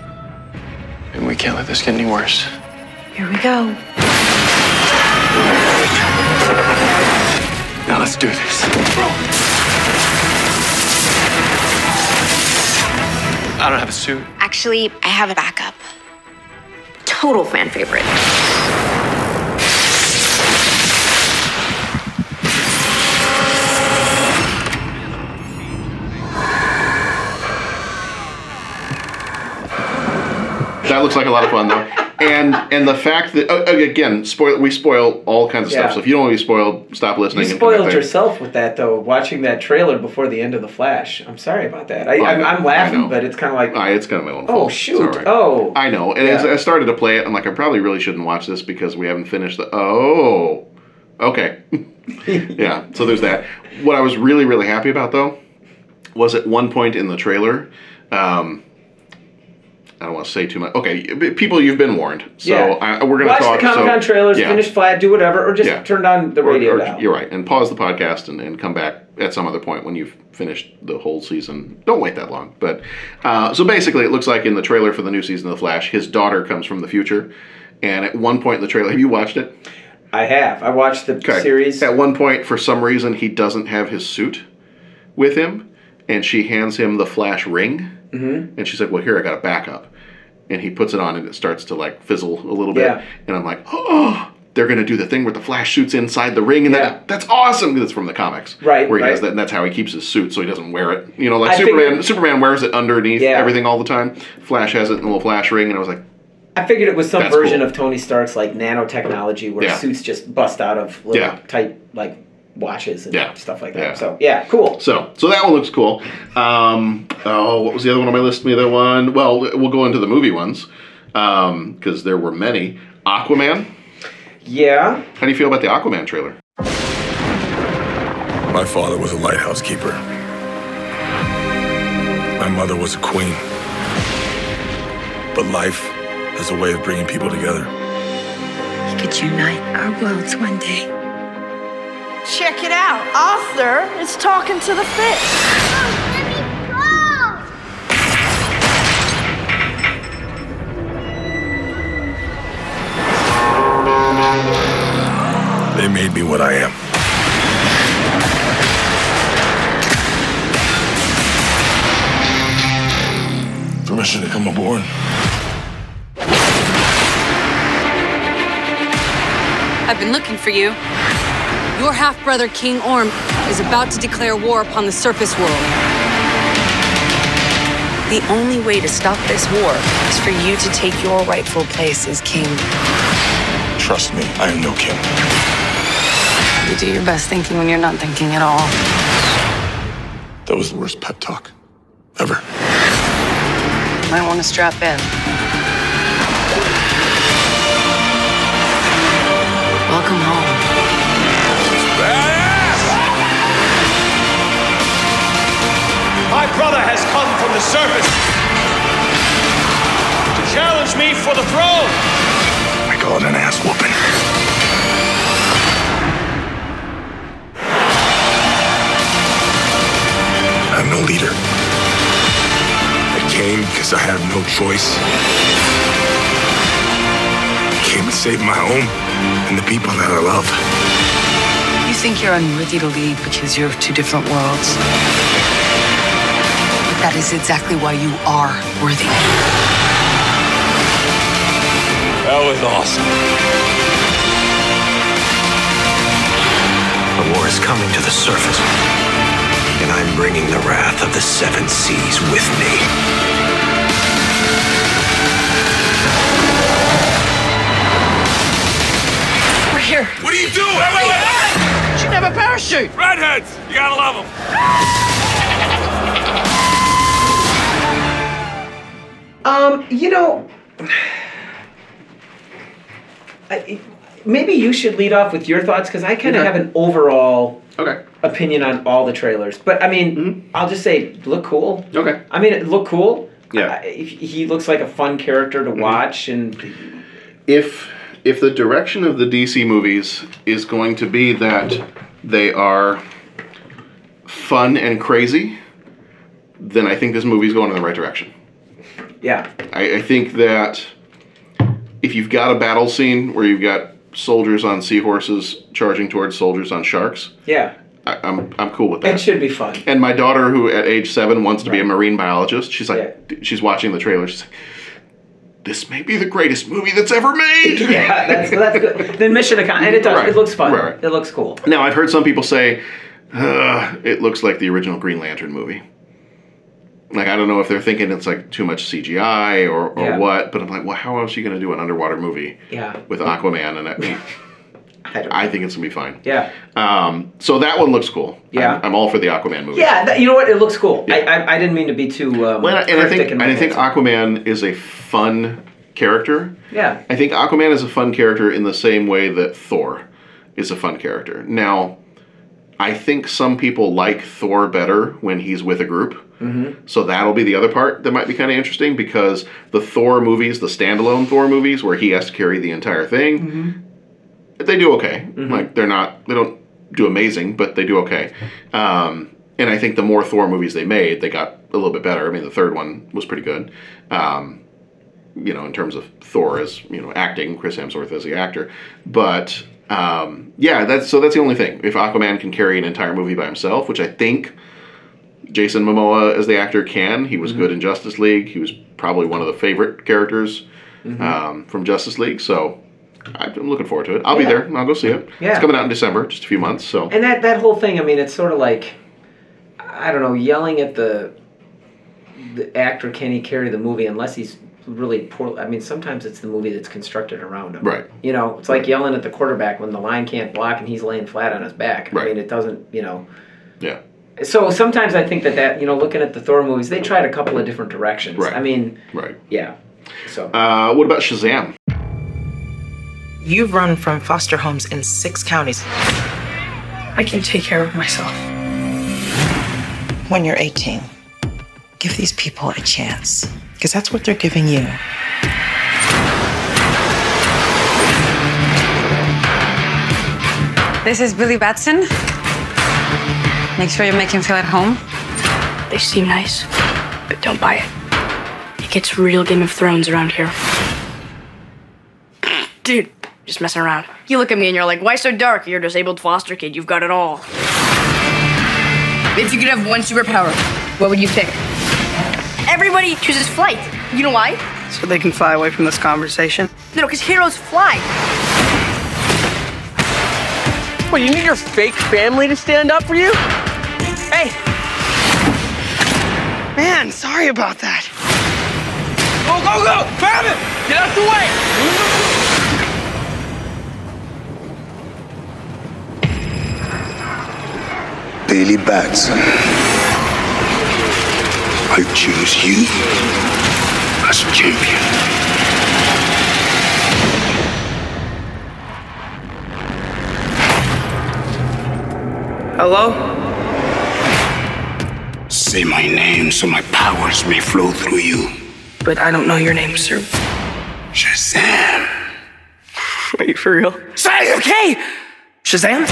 Speaker 1: And we can't let this get any worse.
Speaker 10: Here we go.
Speaker 1: Now let's do this. I don't have a suit.
Speaker 10: Actually, I have a backup. Total fan favorite.
Speaker 8: That looks like a lot of fun though. And and the fact that uh, again, spoil we spoil all kinds of
Speaker 9: Yeah.
Speaker 8: stuff. So if you don't want to be spoiled, stop
Speaker 9: You
Speaker 8: listening. and come
Speaker 9: spoiled
Speaker 8: back later.
Speaker 9: yourself with that though, watching that trailer before the end of The Flash. I'm sorry about that. I,
Speaker 8: I
Speaker 9: I'm,
Speaker 8: know,
Speaker 9: I'm
Speaker 8: I
Speaker 9: laughing,
Speaker 8: know.
Speaker 9: but it's kind of like,
Speaker 8: Ah, it's kind of my own fault.
Speaker 9: oh
Speaker 8: It's
Speaker 9: shoot,
Speaker 8: all right.
Speaker 9: oh.
Speaker 8: I know. And as
Speaker 9: Yeah.
Speaker 8: I started to play it, I'm like, I probably really shouldn't watch this because we haven't finished the. Oh, okay. yeah. So there's that. What I was really really happy about though was at one point in the trailer. Um, I don't want to say too much. Okay, y- people, you've been warned. So I, we're gonna
Speaker 9: watch
Speaker 8: talk.
Speaker 9: the Comic Con
Speaker 8: so,
Speaker 9: trailers,
Speaker 8: yeah.
Speaker 9: finish flat, do whatever, or just
Speaker 8: Yeah.
Speaker 9: turn on the
Speaker 8: Or-
Speaker 9: radio
Speaker 8: or-
Speaker 9: dial.
Speaker 8: You're right, and pause the podcast and, and come back at some other point when you've finished the whole season. Don't wait that long. But uh, so basically, it looks like in the trailer for the new season of The Flash, his daughter comes from the future, and at one point in the trailer, have you watched it?
Speaker 9: I have. I watched the
Speaker 8: Okay.
Speaker 9: series.
Speaker 8: At one point, for some reason, he doesn't have his suit with him, and she hands him the Flash ring, mm-hmm. and she's like, "Well, here I got a backup," and he puts it on, and it starts to like fizzle a little bit,
Speaker 9: Yeah.
Speaker 8: and I'm like, "Oh." They're gonna do the thing where the Flash shoots inside the ring, and
Speaker 9: Yeah.
Speaker 8: that, that's awesome. 'cause It's from the comics,
Speaker 9: Right,
Speaker 8: Where he has
Speaker 9: right.
Speaker 8: that, and that's how he keeps his suit, so he doesn't wear it. You know, like
Speaker 9: I
Speaker 8: Superman.
Speaker 9: figured-
Speaker 8: Superman wears it underneath
Speaker 9: Yeah.
Speaker 8: everything all the time. Flash has it in the little Flash ring, and I was like,
Speaker 9: I figured it was some
Speaker 8: That's
Speaker 9: version
Speaker 8: cool.
Speaker 9: of Tony Stark's like nanotechnology where
Speaker 8: Yeah.
Speaker 9: suits just bust out of little
Speaker 8: Yeah.
Speaker 9: tight like watches and
Speaker 8: Yeah.
Speaker 9: stuff like that.
Speaker 8: Yeah.
Speaker 9: So yeah, cool.
Speaker 8: So, so that one looks cool. Um, oh, what was the other one on my list? The other one. Well, we'll go into the movie ones because there were many. Aquaman.
Speaker 9: Yeah.
Speaker 8: How do you feel about the Aquaman trailer?
Speaker 11: My father was a lighthouse keeper. My mother was a queen. But life has a way of bringing people together.
Speaker 12: We could unite our worlds one day.
Speaker 13: Check it out. Arthur is talking to the fish.
Speaker 11: They made me what I am. Permission to come aboard.
Speaker 14: I've been looking for you. Your half brother, King Orm, is about to declare war upon the surface world.
Speaker 12: The only way to stop this war is for you to take your rightful place as king.
Speaker 11: Trust me, I am no king.
Speaker 12: You do your best thinking when you're not thinking at all.
Speaker 11: That was the worst pep talk.
Speaker 12: Might want to strap in. Welcome home.
Speaker 15: My brother has come from the surface to challenge me for the throne.
Speaker 11: I call it an ass whooping. I'm no leader. I came because I had no choice. I came to save my home and the people that I love.
Speaker 12: You think you're unworthy to lead because you're of two different worlds. But that is exactly why you are worthy.
Speaker 11: That was awesome.
Speaker 16: The war is coming to the surface. And I'm bringing the wrath of the seven seas with me.
Speaker 13: We're here.
Speaker 11: What are you doing? Wait, wait,
Speaker 13: wait. She never parachute.
Speaker 11: Redheads, you gotta love them.
Speaker 9: Um, you know, I, maybe you should lead off with your thoughts because I kind of
Speaker 8: Okay.
Speaker 9: have an overall
Speaker 8: okay.
Speaker 9: opinion on all the trailers. But I mean,
Speaker 8: Mm-hmm.
Speaker 9: I'll just say, look cool.
Speaker 8: Okay.
Speaker 9: I mean, it look cool.
Speaker 8: Yeah.
Speaker 9: I- he looks like a fun character
Speaker 8: Mm-hmm.
Speaker 9: to watch, and
Speaker 8: if if the direction of the DC movies is going to be that they are fun and crazy, then I think this movie's going in the right direction.
Speaker 9: yeah,
Speaker 8: I, I think that if you've got a battle scene where you've got soldiers on seahorses charging towards soldiers on sharks,
Speaker 9: yeah,
Speaker 8: I, I'm I'm cool with that.
Speaker 9: it should be fun.
Speaker 8: And my daughter, who at age seven wants to be a marine biologist, she's like, she's watching the trailer. She's like, this may be the greatest movie that's ever made.
Speaker 9: yeah, that's that's good. Then Mission Accomplished, and it does.
Speaker 8: Right.
Speaker 9: It looks fun.
Speaker 8: Right, right.
Speaker 9: It looks cool.
Speaker 8: Now, I've heard some people say, "Ugh, it looks like the original Green Lantern movie. Like, I don't know if they're thinking it's like too much CGI or, or
Speaker 9: Yeah.
Speaker 8: what, but I'm like, well, how else are you going to do an underwater movie
Speaker 9: Yeah,
Speaker 8: with Aquaman? And I, I, think it's going to be fine.
Speaker 9: yeah,
Speaker 8: Um, so that one looks cool.
Speaker 9: Yeah.
Speaker 8: I'm, I'm all for the Aquaman movie.
Speaker 9: yeah. That, you know what? It looks cool. I, I I didn't mean to be too. Um,
Speaker 8: Well, and I- and I
Speaker 9: cryptic
Speaker 8: think,
Speaker 9: in
Speaker 8: and
Speaker 9: my
Speaker 8: I think
Speaker 9: answer.
Speaker 8: Aquaman is a fun character.
Speaker 9: yeah.
Speaker 8: I think Aquaman is a fun character in the same way that Thor is a fun character. Now, I think some people like Thor better when he's with a group.
Speaker 17: Mm-hmm.
Speaker 8: So that'll be the other part that might be kind of interesting because the Thor movies, the standalone Thor movies, where he has to carry the entire thing, they do okay.
Speaker 17: Mhm.
Speaker 8: Like they're not, they don't do amazing, but they do okay. Um, and I think the more Thor movies they made, they got a little bit better. I mean, the third one was pretty good. Um, you know, in terms of Thor as you know acting, Chris Hemsworth as the actor, but um, yeah, that's so that's the only thing. If Aquaman can carry an entire movie by himself, which I think Jason Momoa as the actor can, he was
Speaker 9: Mm-hmm.
Speaker 8: good in Justice League. He was probably one of the favorite characters
Speaker 17: Mhm.
Speaker 9: Mm-hmm.
Speaker 8: um, from Justice League. So I'm looking forward to it. I'll
Speaker 9: Yeah.
Speaker 8: be there. I'll go see it.
Speaker 9: Yeah.
Speaker 8: It's coming out in December, just a few months. So
Speaker 9: And that that whole thing, I mean, it's sort of like, I don't know, yelling at the the actor can he carry the movie unless he's really poor. I mean, sometimes it's the movie that's constructed around him.
Speaker 8: Right.
Speaker 9: You know, it's like yelling at the quarterback when the line can't block and he's laying flat on his back. I mean, it doesn't. You know.
Speaker 8: Yeah.
Speaker 9: So sometimes I think that that you know, looking at the Thor movies, they tried a couple of different directions.
Speaker 8: Right.
Speaker 9: I mean,
Speaker 8: Right.
Speaker 9: yeah. So.
Speaker 8: Uh, what about Shazam?
Speaker 17: You've run from foster homes in six counties. I can take care of myself.
Speaker 18: When you're 18, give these people a chance because that's what they're giving you.
Speaker 14: This is Billy Batson. Make sure you make him feel at home.
Speaker 19: They seem nice, but don't buy it. It gets real Game of Thrones around here. Dude, just messing around. You look at me and you're like, why so dark? You're a disabled foster kid, you've got it all.
Speaker 12: If you could have one superpower, what would you pick?
Speaker 19: Everybody chooses flight. You know why?
Speaker 20: So they can fly away from this conversation.
Speaker 19: No, because heroes fly.
Speaker 21: What, you need your fake family to stand up for you? Hey! Man, sorry about that. Go, go, go! Grab it! Get out the way!
Speaker 11: Billy Batson. I choose you as champion.
Speaker 17: Hello?
Speaker 11: Say my name so my powers may flow through you.
Speaker 17: But I don't know your name, sir.
Speaker 11: Shazam!
Speaker 17: Are you for real?
Speaker 21: Say, okay!
Speaker 17: Shazam?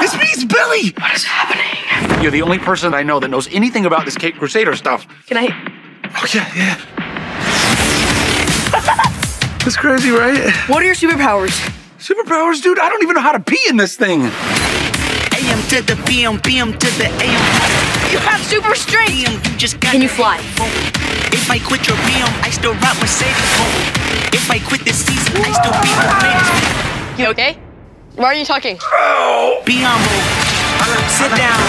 Speaker 21: This means Billy! What is happening? You're the only person I know that knows anything about this Cape Crusader stuff.
Speaker 17: Can I?
Speaker 21: Oh, yeah, yeah. That's crazy, right? What are your superpowers? Superpowers, dude? I don't even know how to pee in this thing.
Speaker 17: AM to the PM, PM to the AM. You have super strength. you just got Can you fly? If I quit your PM, I still rock Mercedes. If I quit this season, I still be
Speaker 19: You okay? Why are you talking?
Speaker 17: Be humble. Sit down.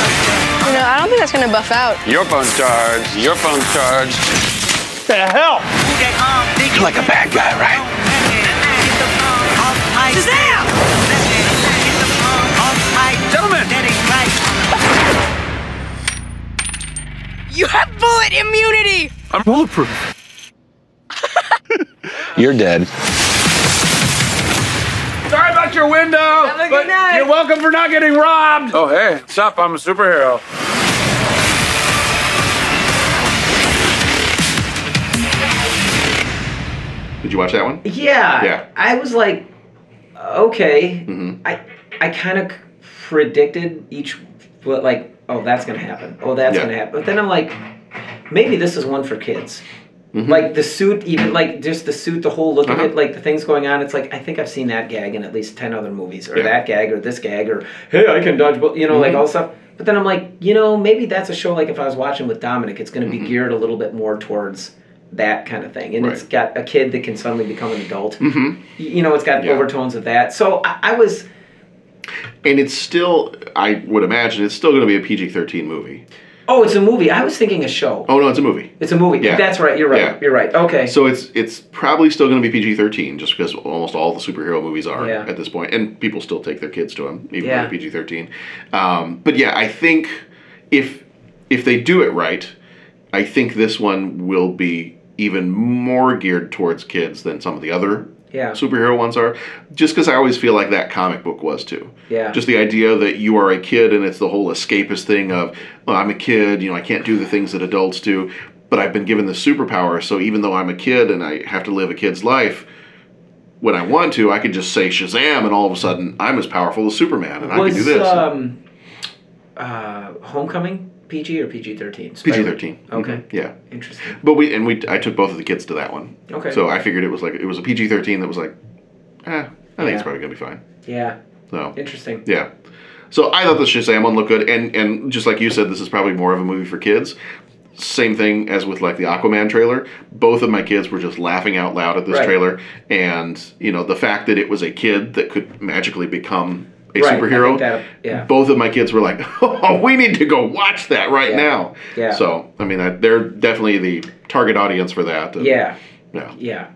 Speaker 19: You know, I don't think that's gonna buff out.
Speaker 2: Your phone's charged. Your phone's charged. The hell? You're like a bad guy, right?
Speaker 17: Shazam! Gentlemen!
Speaker 19: You have bullet immunity!
Speaker 21: I'm bulletproof. You're dead. Sorry about your window. but You're welcome for not getting robbed. Oh, hey. What's up? I'm a superhero.
Speaker 8: Did you watch that one?
Speaker 9: Yeah.
Speaker 8: Yeah. Mm-hmm.
Speaker 9: I was like, okay. I I kind of predicted each, what like, oh that's gonna happen. Oh that's
Speaker 8: Yeah.
Speaker 9: gonna happen. But then I'm like, maybe this is one for kids.
Speaker 8: Mm-hmm.
Speaker 9: Like the suit, even like just the suit, the whole look
Speaker 8: Uh-huh.
Speaker 9: of it, like the things going on. It's like I think I've seen that gag in at least ten other movies, or
Speaker 22: Yeah.
Speaker 9: that gag, or this gag, or hey, I can dodge, bull-" you know, like
Speaker 8: Mm-hmm.
Speaker 22: Mhm.
Speaker 9: all stuff. But then I'm like, you know, maybe that's a show. Like if I was watching with Dominic, it's going
Speaker 8: Mm-hmm.
Speaker 9: to be geared a little bit more towards that kind of thing, and it's
Speaker 22: Right.
Speaker 9: got a kid that can suddenly become an adult.
Speaker 8: Mm-hmm.
Speaker 9: Y- You know, it's got
Speaker 8: Yeah.
Speaker 9: overtones of that. So I, I was,
Speaker 8: And it's still, I would imagine, it's still going to be a PG 13 movie.
Speaker 9: oh, it's a movie. I was thinking a show.
Speaker 8: Oh, no, it's a movie.
Speaker 9: It's a movie.
Speaker 8: Yeah.
Speaker 9: That's right. You're right.
Speaker 8: Yeah.
Speaker 9: You're right. Okay.
Speaker 8: So it's it's probably still going to be PG thirteen, just because almost all the superhero movies are
Speaker 9: Yeah.
Speaker 8: at this point, and people still take their kids to them, even
Speaker 9: Yeah.
Speaker 8: though PG thirteen. Um, but yeah, I think if if they do it right, I think this one will be even more geared towards kids than some of the other
Speaker 9: Yeah.
Speaker 8: superhero ones are. Just because I always feel like that comic book was too.
Speaker 9: Yeah.
Speaker 8: Just the idea that you are a kid and it's the whole escapist thing of, well, I'm a kid, you know, I can't do the things that adults do, but I've been given this superpower, so even though I'm a kid and I have to live a kid's life, when I want to, I could just say Shazam, and all of a sudden I'm as powerful as Superman, and I
Speaker 9: was
Speaker 8: can do this.
Speaker 9: um, uh, Homecoming PG or PG thirteen?
Speaker 8: PG thirteen. Mm-hmm.
Speaker 9: Okay.
Speaker 8: Yeah.
Speaker 9: Interesting.
Speaker 8: But we and we I took both of the kids to that one.
Speaker 9: Okay.
Speaker 8: So I figured it was like it was a PG thirteen that was like, eh, I think
Speaker 9: Yeah.
Speaker 8: it's probably gonna be fine.
Speaker 9: Yeah.
Speaker 8: So
Speaker 9: Interesting.
Speaker 8: Yeah. So I thought the Shazam one looked good, and and just like you said, this is probably more of a movie for kids. Same thing as with like the Aquaman trailer. Both of my kids were just laughing out loud at this
Speaker 9: Right.
Speaker 8: trailer, and you know the fact that it was a kid that could magically become a
Speaker 9: Right, I
Speaker 8: superhero.
Speaker 9: think that- yeah.
Speaker 8: Both of my kids were like, "Oh, we need to go watch that right
Speaker 9: Yeah.
Speaker 8: now."
Speaker 9: Yeah.
Speaker 8: So I mean, I, they're definitely the target audience for that. And-
Speaker 9: Yeah.
Speaker 8: Yeah.
Speaker 9: Yeah.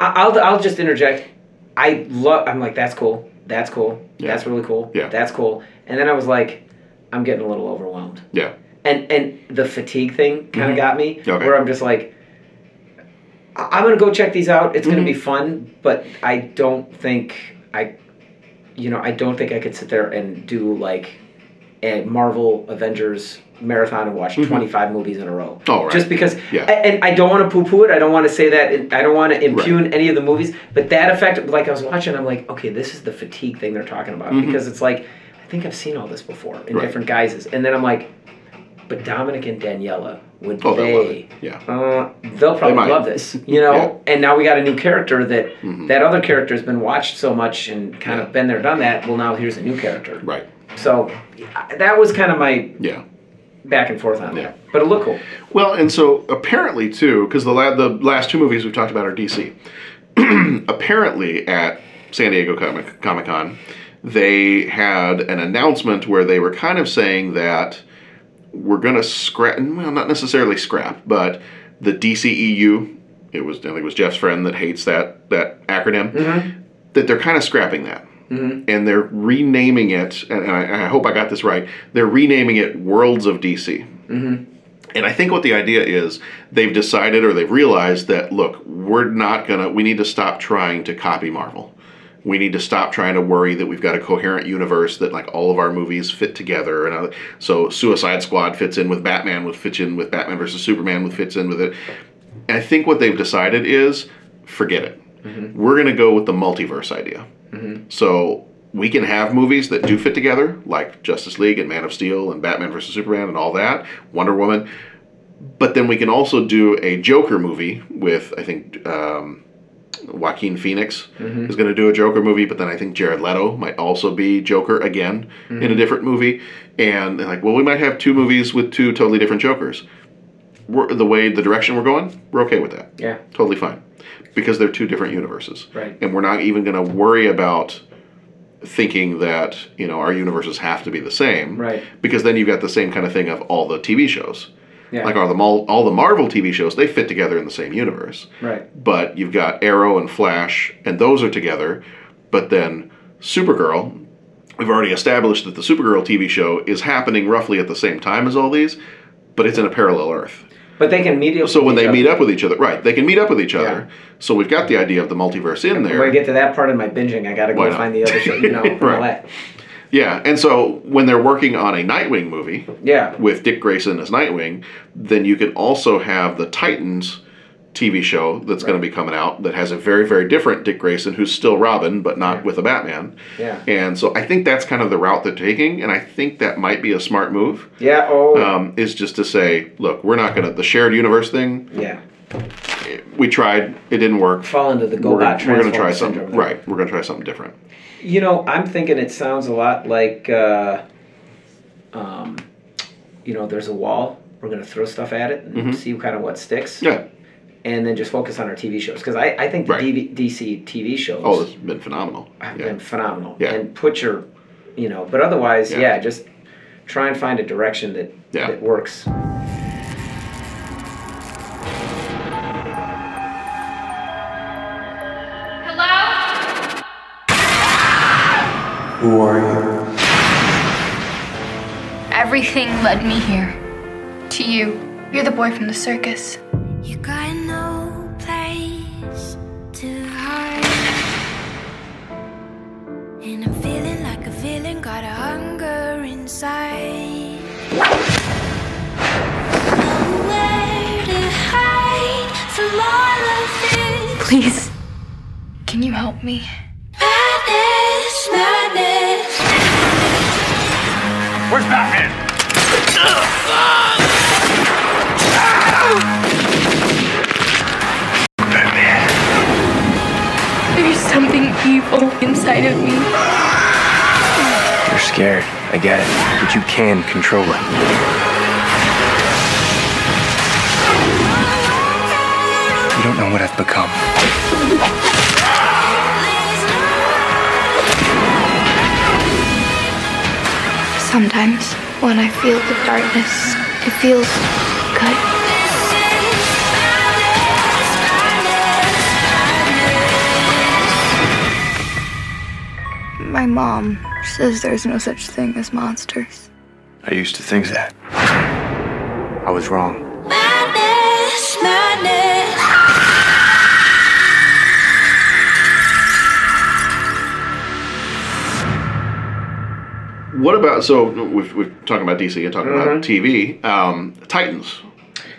Speaker 9: I- I'll, I'll just interject. I love, I'm like, that's cool. That's cool.
Speaker 8: Yeah.
Speaker 9: That's really cool.
Speaker 8: Yeah.
Speaker 9: That's cool. And then I was like, I'm getting a little overwhelmed.
Speaker 8: Yeah.
Speaker 9: And and the fatigue thing kind of
Speaker 8: Mhm.
Speaker 9: got me
Speaker 8: Okay.
Speaker 9: where I'm just like, I- I'm going to go check these out. It's
Speaker 8: Mm-hmm.
Speaker 9: going to be fun, but I don't think I, you know, I don't think I could sit there and do like a Marvel Avengers marathon and watch
Speaker 8: Mhm.
Speaker 9: 25 movies in a row.
Speaker 8: Oh, right.
Speaker 9: Just because
Speaker 8: Yeah.
Speaker 9: I- and I don't want to poo-poo it. I don't want to say that. it- I don't want to impugn any of the movies. But that effect, like I was watching, I'm like, okay, this is the fatigue thing they're talking about
Speaker 8: Mhm.
Speaker 9: because it's like, I think I've seen all this before in
Speaker 8: Right.
Speaker 9: different guises, and then I'm like, but Dominic and Daniela would
Speaker 8: Oh,
Speaker 9: they?
Speaker 8: they'll love it. Yeah.
Speaker 9: Uh, they'll probably
Speaker 8: might. Mm-hmm.
Speaker 9: love this, you know. And now we got a new character that that other character has been watched so much and kind of been there, done that. Well, now here's a new character.
Speaker 8: Right.
Speaker 9: So I- that was kind of my
Speaker 8: Yeah.
Speaker 9: back and forth on that. But it looked cool.
Speaker 8: Well, and so apparently too, because the la- the last two movies we've talked about are DC. apparently at San Diego Comic Comic Con, they had an announcement where they were kind of saying that we're gonna scrap. Well, not necessarily scrap, but the DCEU. It was I think it was Jeff's friend that hates that that acronym. That they're kind of scrapping that. And they're renaming it, and and I, and I hope I got this right. They're renaming it Worlds of DC. And I think what the idea is, they've decided or they've realized that look, we're not gonna. We need to stop trying to copy Marvel. We need to stop trying to worry that we've got a coherent universe that like all of our movies fit together. And other, so Suicide Squad fits in with Batman, would fit in with Batman versus Superman, would fits in with it. And I think what they've decided is, forget it. We're gonna go with the multiverse idea. So we can have movies that do fit together, like Justice League and Man of Steel and Batman vs Superman and all that, Wonder Woman. But then we can also do a Joker movie with I think um, Joaquin Phoenix
Speaker 2: Mhm.
Speaker 9: Mm-hmm.
Speaker 8: is going to do a Joker movie, but then I think Jared Leto might also be Joker again in a
Speaker 9: Mm-hmm.
Speaker 2: Mhm.
Speaker 8: different movie. And they're like, well, we might have two movies with two totally different Jokers. We're, the way the direction we're going, we're okay with that.
Speaker 9: Yeah.
Speaker 8: Totally fine. Because they're two different universes.
Speaker 9: Right.
Speaker 8: And we're not even going to worry about thinking that, you know, our universes have to be the same.
Speaker 9: Right.
Speaker 8: Because then you've got the same kind of thing of all the TV shows.
Speaker 9: Yeah.
Speaker 8: Like all the, all, all the Marvel TV shows, they fit together in the same universe.
Speaker 9: Right.
Speaker 8: But you've got Arrow and Flash, and those are together. But then Supergirl, we've already established that the Supergirl TV show is happening roughly at the same time as all these, but it's in a parallel Earth.
Speaker 9: But they can meet up.
Speaker 8: So
Speaker 9: with
Speaker 8: when
Speaker 9: each
Speaker 8: they meet
Speaker 9: other.
Speaker 8: up with each other, right? They can meet up with each other. So we've got the idea of the multiverse in
Speaker 9: When I
Speaker 8: there.
Speaker 9: get to that part of my binging, I gotta
Speaker 8: Why
Speaker 9: go
Speaker 8: not?
Speaker 9: find the other show. You know, and all
Speaker 8: Right.
Speaker 9: that.
Speaker 8: Yeah, and so when they're working on a Nightwing movie
Speaker 9: Yeah.
Speaker 8: with Dick Grayson as Nightwing, then you can also have the Titans TV show that's going to be coming out that has a very very different Dick Grayson who's still Robin but not with a Batman.
Speaker 9: Yeah.
Speaker 8: And so I think that's kind of the route they're taking, and I think that might be a smart move.
Speaker 9: Yeah. Oh.
Speaker 8: Um, is just to say, look, we're not gonna the shared universe thing.
Speaker 9: yeah.
Speaker 8: We tried, it didn't work.
Speaker 9: Fall into the
Speaker 8: we're,
Speaker 9: GoBot
Speaker 8: gonna- we're gonna try
Speaker 9: Transformer
Speaker 8: something.
Speaker 9: syndrome there.
Speaker 8: Right, we're gonna try something different.
Speaker 9: You know, I'm thinking it sounds a lot like, uh, um, you know, there's a wall. We're gonna throw stuff at it and
Speaker 8: Mhm.
Speaker 9: see kind of what sticks.
Speaker 8: Yeah.
Speaker 9: And then just focus on our TV shows because I, I think the
Speaker 8: Right.
Speaker 9: DV, DC TV shows
Speaker 8: Oh, it's been phenomenal.
Speaker 9: have
Speaker 8: Yeah.
Speaker 9: been phenomenal.
Speaker 8: Yeah.
Speaker 9: And put your, you know, but otherwise,
Speaker 8: Yeah.
Speaker 9: yeah, just try and find a direction that
Speaker 8: Yeah.
Speaker 9: that works.
Speaker 1: Who are you?
Speaker 3: Everything led me here. To you. You're the boy from the circus.
Speaker 22: You got no place to hide. And I'm feeling like a villain, got a hunger inside. Nowhere to hide from all of this.
Speaker 3: Please. Can you help me?
Speaker 22: Madness, madness.
Speaker 2: Where's Batman?
Speaker 3: There's something evil inside of me.
Speaker 2: You're scared. I get it. But you can control it. You don't know what I've become.
Speaker 3: Sometimes, when I feel the darkness, it feels good. My mom says there's no such thing as monsters.
Speaker 1: I used to think that.
Speaker 4: I was wrong.
Speaker 22: Madness, madness.
Speaker 8: What about so we've, we're talking about DC and talking about TV? Um, Titans,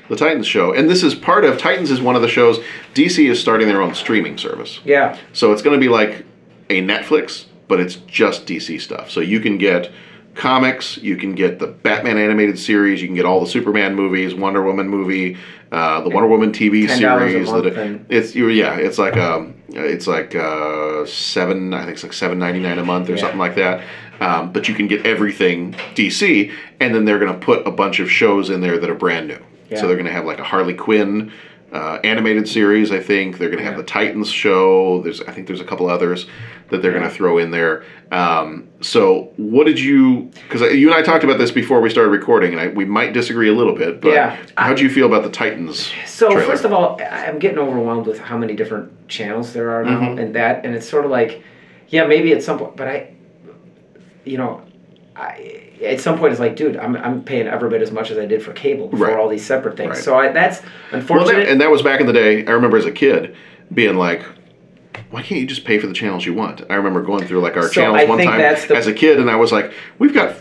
Speaker 8: the Titans show, and this is part of Titans is one of the shows. DC is starting their own streaming service,
Speaker 9: Yeah.
Speaker 8: so it's going to be like a Netflix, but it's just DC stuff. So you can get comics, you can get the Batman animated series, you can get all the Superman movies, Wonder Woman movie, uh, the Wonder Woman TV
Speaker 9: $10 a
Speaker 8: series.
Speaker 9: month
Speaker 8: the-
Speaker 9: thing.
Speaker 8: it's you yeah, it's like um, it's like uh, seven. I think it's like seven ninety nine a month or
Speaker 9: Yeah.
Speaker 8: something like that. Um, but you can get everything DC, and then they're going to put a bunch of shows in there that are brand new.
Speaker 9: Yeah.
Speaker 8: So they're going to have like a Harley Quinn uh, animated series. I think they're going to have the Titans show. There's I think there's a couple others that they're going to throw in there. Um, so what did you? Because you and I talked about this before we started recording, and I, we might disagree a little bit. But
Speaker 9: Yeah.
Speaker 8: how would you feel about the Titans?
Speaker 9: So
Speaker 8: trailer?
Speaker 9: first of all, I- I'm getting overwhelmed with how many different channels there are now,
Speaker 8: Mhm.
Speaker 9: and that, and it's sort of like, yeah, maybe at some point, but I, you know, I at some point it's like, dude, I'm I'm paying every bit as much as I did for cable before
Speaker 8: Right.
Speaker 9: all these separate things.
Speaker 8: Right.
Speaker 9: So I, that's
Speaker 8: Well,
Speaker 9: unfortunate.
Speaker 8: that- and that was back in the day. I remember as a kid being like, "Why can't you just pay for the channels you want?" I remember going through like our
Speaker 9: So
Speaker 8: channels
Speaker 9: I
Speaker 8: one
Speaker 9: think
Speaker 8: time
Speaker 9: that's the-
Speaker 8: as a kid, and I was like, "We've got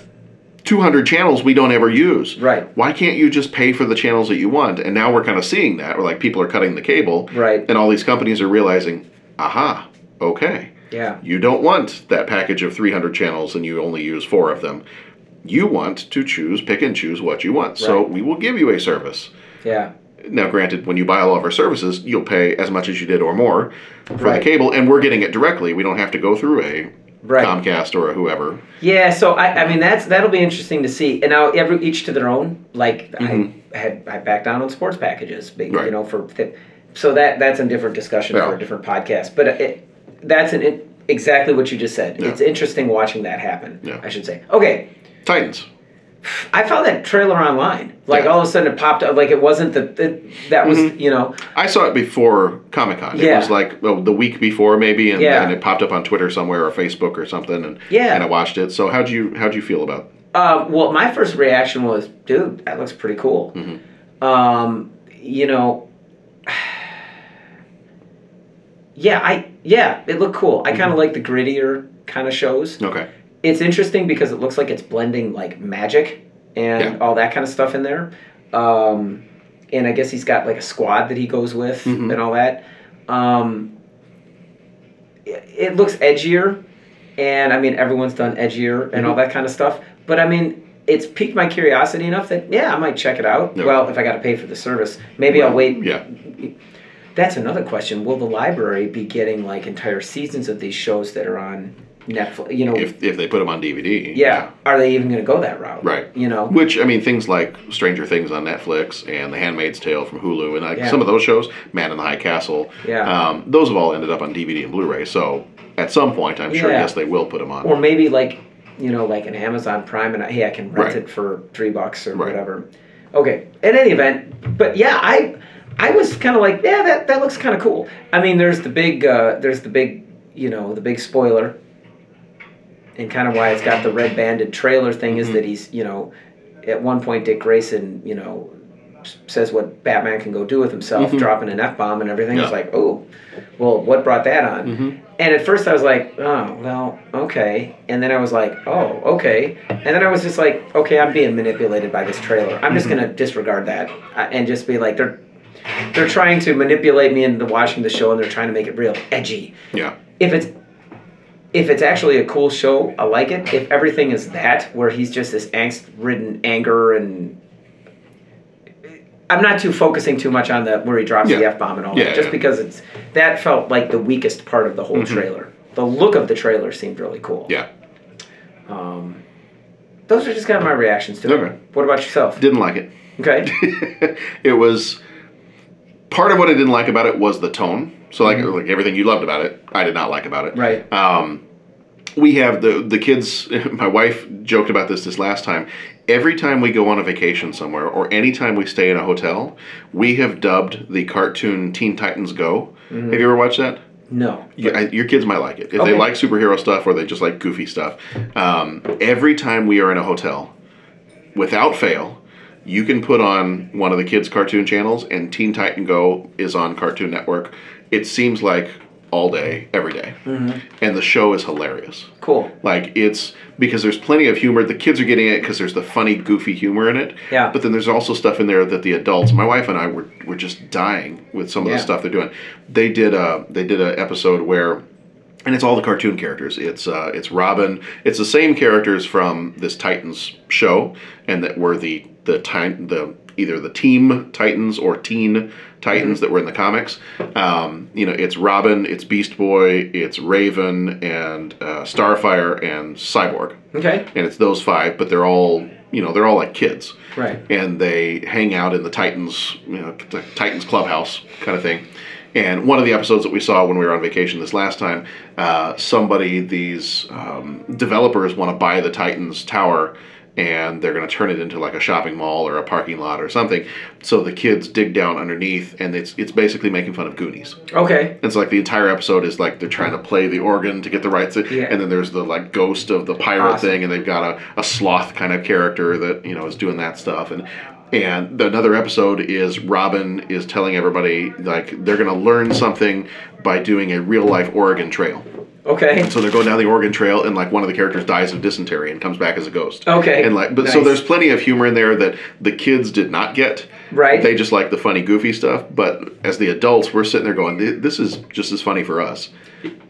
Speaker 8: 200 channels we don't ever use.
Speaker 9: Right.
Speaker 8: Why can't you just pay for the channels that you want?" And now we're kind of seeing that. We're like, people are cutting the cable,
Speaker 9: Right.
Speaker 8: And all these companies are realizing, "Aha, okay."
Speaker 9: yeah.
Speaker 8: You don't want that package of 300 channels and you only use four of them. You want to choose, pick and choose what you want. So
Speaker 9: Right.
Speaker 8: we will give you a service.
Speaker 9: Yeah.
Speaker 8: Now, granted, when you buy all of our services, you'll pay as much as you did or more for
Speaker 9: Right.
Speaker 8: the cable, and we're getting it directly. We don't have to go through a
Speaker 9: Right.
Speaker 8: Comcast or a whoever.
Speaker 9: Yeah, so I, I mean that's that'll be interesting to see. And now every each to their own. Like
Speaker 8: Mhm.
Speaker 9: I had I backed down on sports packages, but, you
Speaker 8: Right.
Speaker 9: know, for th- so that that's a different discussion for
Speaker 8: Yeah.
Speaker 9: a different podcast. But it, that's an it, exactly what you just said.
Speaker 8: Yeah.
Speaker 9: It's interesting watching that happen.
Speaker 8: Yeah.
Speaker 9: I should say. Okay,
Speaker 8: Titans.
Speaker 9: I found that trailer online. Like all of a sudden it popped up. Like it wasn't the, the that was
Speaker 8: Mm-hmm.
Speaker 9: you know
Speaker 8: I saw it before Comic Con. It
Speaker 9: Yeah.
Speaker 8: was like oh, the week before, maybe, and,
Speaker 9: Yeah.
Speaker 8: and it popped up on Twitter somewhere or Facebook or something, and
Speaker 9: Yeah.
Speaker 8: and I watched it. So how'd you how'd you feel about?
Speaker 9: Um, well, my first reaction was, dude, that looks pretty cool. Um, you know, yeah, I yeah, it looked cool. I kind of like the grittier kind of shows.
Speaker 8: Okay.
Speaker 9: It's interesting because it looks like it's blending like magic and all that kind of stuff in there. Um, and I guess he's got like a squad that he goes with
Speaker 8: Mhm.
Speaker 9: and all that. Um, it, it looks edgier, and I mean everyone's done edgier and all
Speaker 8: Mhm.
Speaker 9: that kind of stuff. But I mean, it's piqued my curiosity enough that yeah, I might check it out.
Speaker 8: Yeah.
Speaker 9: Well, if I got to pay for the service, maybe I'll
Speaker 8: Well,
Speaker 9: wait.
Speaker 8: Yeah.
Speaker 9: That's another question. Will the library be getting like entire seasons of these shows that are on Netflix? You know,
Speaker 8: If if they put them on DVD.
Speaker 9: yeah. Are they even going to go that route?
Speaker 8: Right.
Speaker 9: You know.
Speaker 8: Which I mean, things like Stranger Things on Netflix and The Handmaid's Tale from Hulu, and like
Speaker 9: Yeah.
Speaker 8: some of those shows, Man in the High Castle,
Speaker 9: Yeah.
Speaker 8: um, those have all ended up on DVD and Blu-ray. So at some point, I'm sure
Speaker 9: Yeah.
Speaker 8: yes, they will put them on.
Speaker 9: or maybe like you know like an amazon prime and I- hey i can rent
Speaker 8: Right.
Speaker 9: it for three bucks or
Speaker 8: Right.
Speaker 9: whatever okay in any event but yeah i i was kind of like yeah that, that looks kind of cool i mean there's the big uh, there's the big you know the big spoiler and kind of why it's got the red banded trailer thing
Speaker 8: Mm-hmm.
Speaker 9: is that he's you know at one point dick grayson you know s- says what batman can go do with himself
Speaker 4: Mhm.
Speaker 9: dropping an f-bomb and everything it's
Speaker 4: Yeah.
Speaker 9: like oh well what brought that on and at first I was like, oh, well, okay. And then I was like, oh, okay. And then I was just like, okay, I'm being manipulated by this trailer. I'm just
Speaker 4: Mhm.
Speaker 9: going to disregard that uh, and just be like, they're they're trying to manipulate me into watching the show and they're trying to make it real edgy.
Speaker 8: Yeah.
Speaker 9: If it's if it's actually a cool show, I like it. If everything is that where he's just this angst-ridden anger and I'm not too focusing too much on the where he drops the
Speaker 8: Yeah.
Speaker 9: F bomb and all
Speaker 8: Yeah,
Speaker 9: that just
Speaker 8: yeah.
Speaker 9: because it's that felt like the weakest part of the whole
Speaker 8: Mhm.
Speaker 9: trailer. The look of the trailer seemed really cool.
Speaker 8: Yeah.
Speaker 9: Um, those are just kind of my reactions to
Speaker 8: Okay.
Speaker 9: it. What about yourself?
Speaker 8: Didn't like it.
Speaker 9: Okay.
Speaker 8: It was part of what I didn't like about it was the tone. So like, like everything you loved about it, I did not like about it.
Speaker 9: Right.
Speaker 8: Um, we have the the kids. My wife joked about this this last time. Every time we go on a vacation somewhere, or anytime we stay in a hotel, we have dubbed the cartoon Teen Titans Go.
Speaker 9: Mhm.
Speaker 8: Have you ever watched that?
Speaker 9: No.
Speaker 8: Yeah, I- your kids might like it if
Speaker 9: Okay.
Speaker 8: they like superhero stuff or they just like goofy stuff. Um, every time we are in a hotel, without fail, you can put on one of the kids' cartoon channels, and Teen Titan Go is on Cartoon Network. It seems like all day, every day,
Speaker 9: Mm-hmm.
Speaker 8: and the show is hilarious.
Speaker 9: Cool.
Speaker 8: Like it's because there's plenty of humor. The kids are getting it because there's the funny, goofy humor in it.
Speaker 9: Yeah.
Speaker 8: But then there's also stuff in there that the adults, my wife and I, were were just dying with some of
Speaker 9: Yeah.
Speaker 8: the stuff they're doing. They did a they did an episode where. And it's all the cartoon characters. It's uh, it's Robin. It's the same characters from this Titans show, and that were the the time the either the Team Titans or Teen Titans that were in the comics. Um, you know, it's Robin, it's Beast Boy, it's Raven, and uh, Starfire, and Cyborg
Speaker 9: Okay.
Speaker 8: and it's those five, but they're all you know they're all like kids,
Speaker 9: Right.
Speaker 8: and they hang out in the Titans you know the Titans clubhouse kind of thing. And one of the episodes that we saw when we were on vacation this last time, uh, somebody these um, developers want to buy the Titans tower. And they're going to turn it into like a shopping mall or a parking lot or something. So the kids dig down underneath, and it's it's basically making fun of Goonies.
Speaker 9: Okay.
Speaker 8: It's like the entire episode is like they're trying to play the organ to get the rights, and then there's the like ghost of the pirate
Speaker 9: Awesome.
Speaker 8: thing, and they've got a, a sloth kind of character that you know is doing that stuff, and and the, another episode is Robin is telling everybody like they're gonna learn something by doing a real life Oregon Trail.
Speaker 9: Okay.
Speaker 8: And so they're going down the Oregon Trail, and like one of the characters dies of dysentery and comes back as a ghost.
Speaker 9: Okay,
Speaker 8: And like, but so
Speaker 9: nice.
Speaker 8: there's plenty of humor in there that the kids did not get.
Speaker 9: Right.
Speaker 8: They just like the funny, goofy stuff. But as the adults, we're sitting there going, "Th- "This is just as funny for us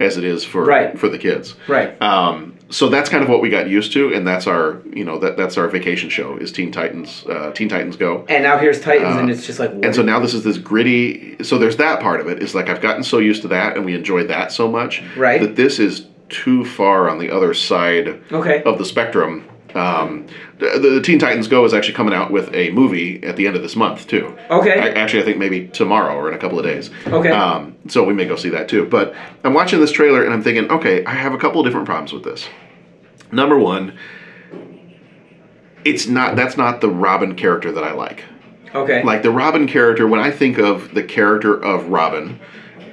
Speaker 8: as it is for
Speaker 9: Right.
Speaker 8: for the kids."
Speaker 9: Right.
Speaker 8: Um, so that's kind of what we got used to, and that's our you know that that's our vacation show is Teen Titans uh, Teen Titans Go.
Speaker 9: And now here's Titans,
Speaker 8: Uh,
Speaker 9: and it's just like.
Speaker 8: And so now this is this gritty. So there's that part of it. It's like I've gotten so used to that, and we enjoy that so much,
Speaker 9: Right.
Speaker 8: That this is too far on the other side
Speaker 9: Okay.
Speaker 8: of the spectrum. Um, the, the Teen Titans Go is actually coming out with a movie at the end of this month too.
Speaker 9: Okay.
Speaker 8: I, actually, I think maybe tomorrow or in a couple of days.
Speaker 9: Okay.
Speaker 8: Um, so we may go see that too. But I'm watching this trailer and I'm thinking, okay, I have a couple of different problems with this. Number one, it's not that's not the Robin character that I like.
Speaker 9: okay.
Speaker 8: Like the Robin character, when I think of the character of Robin,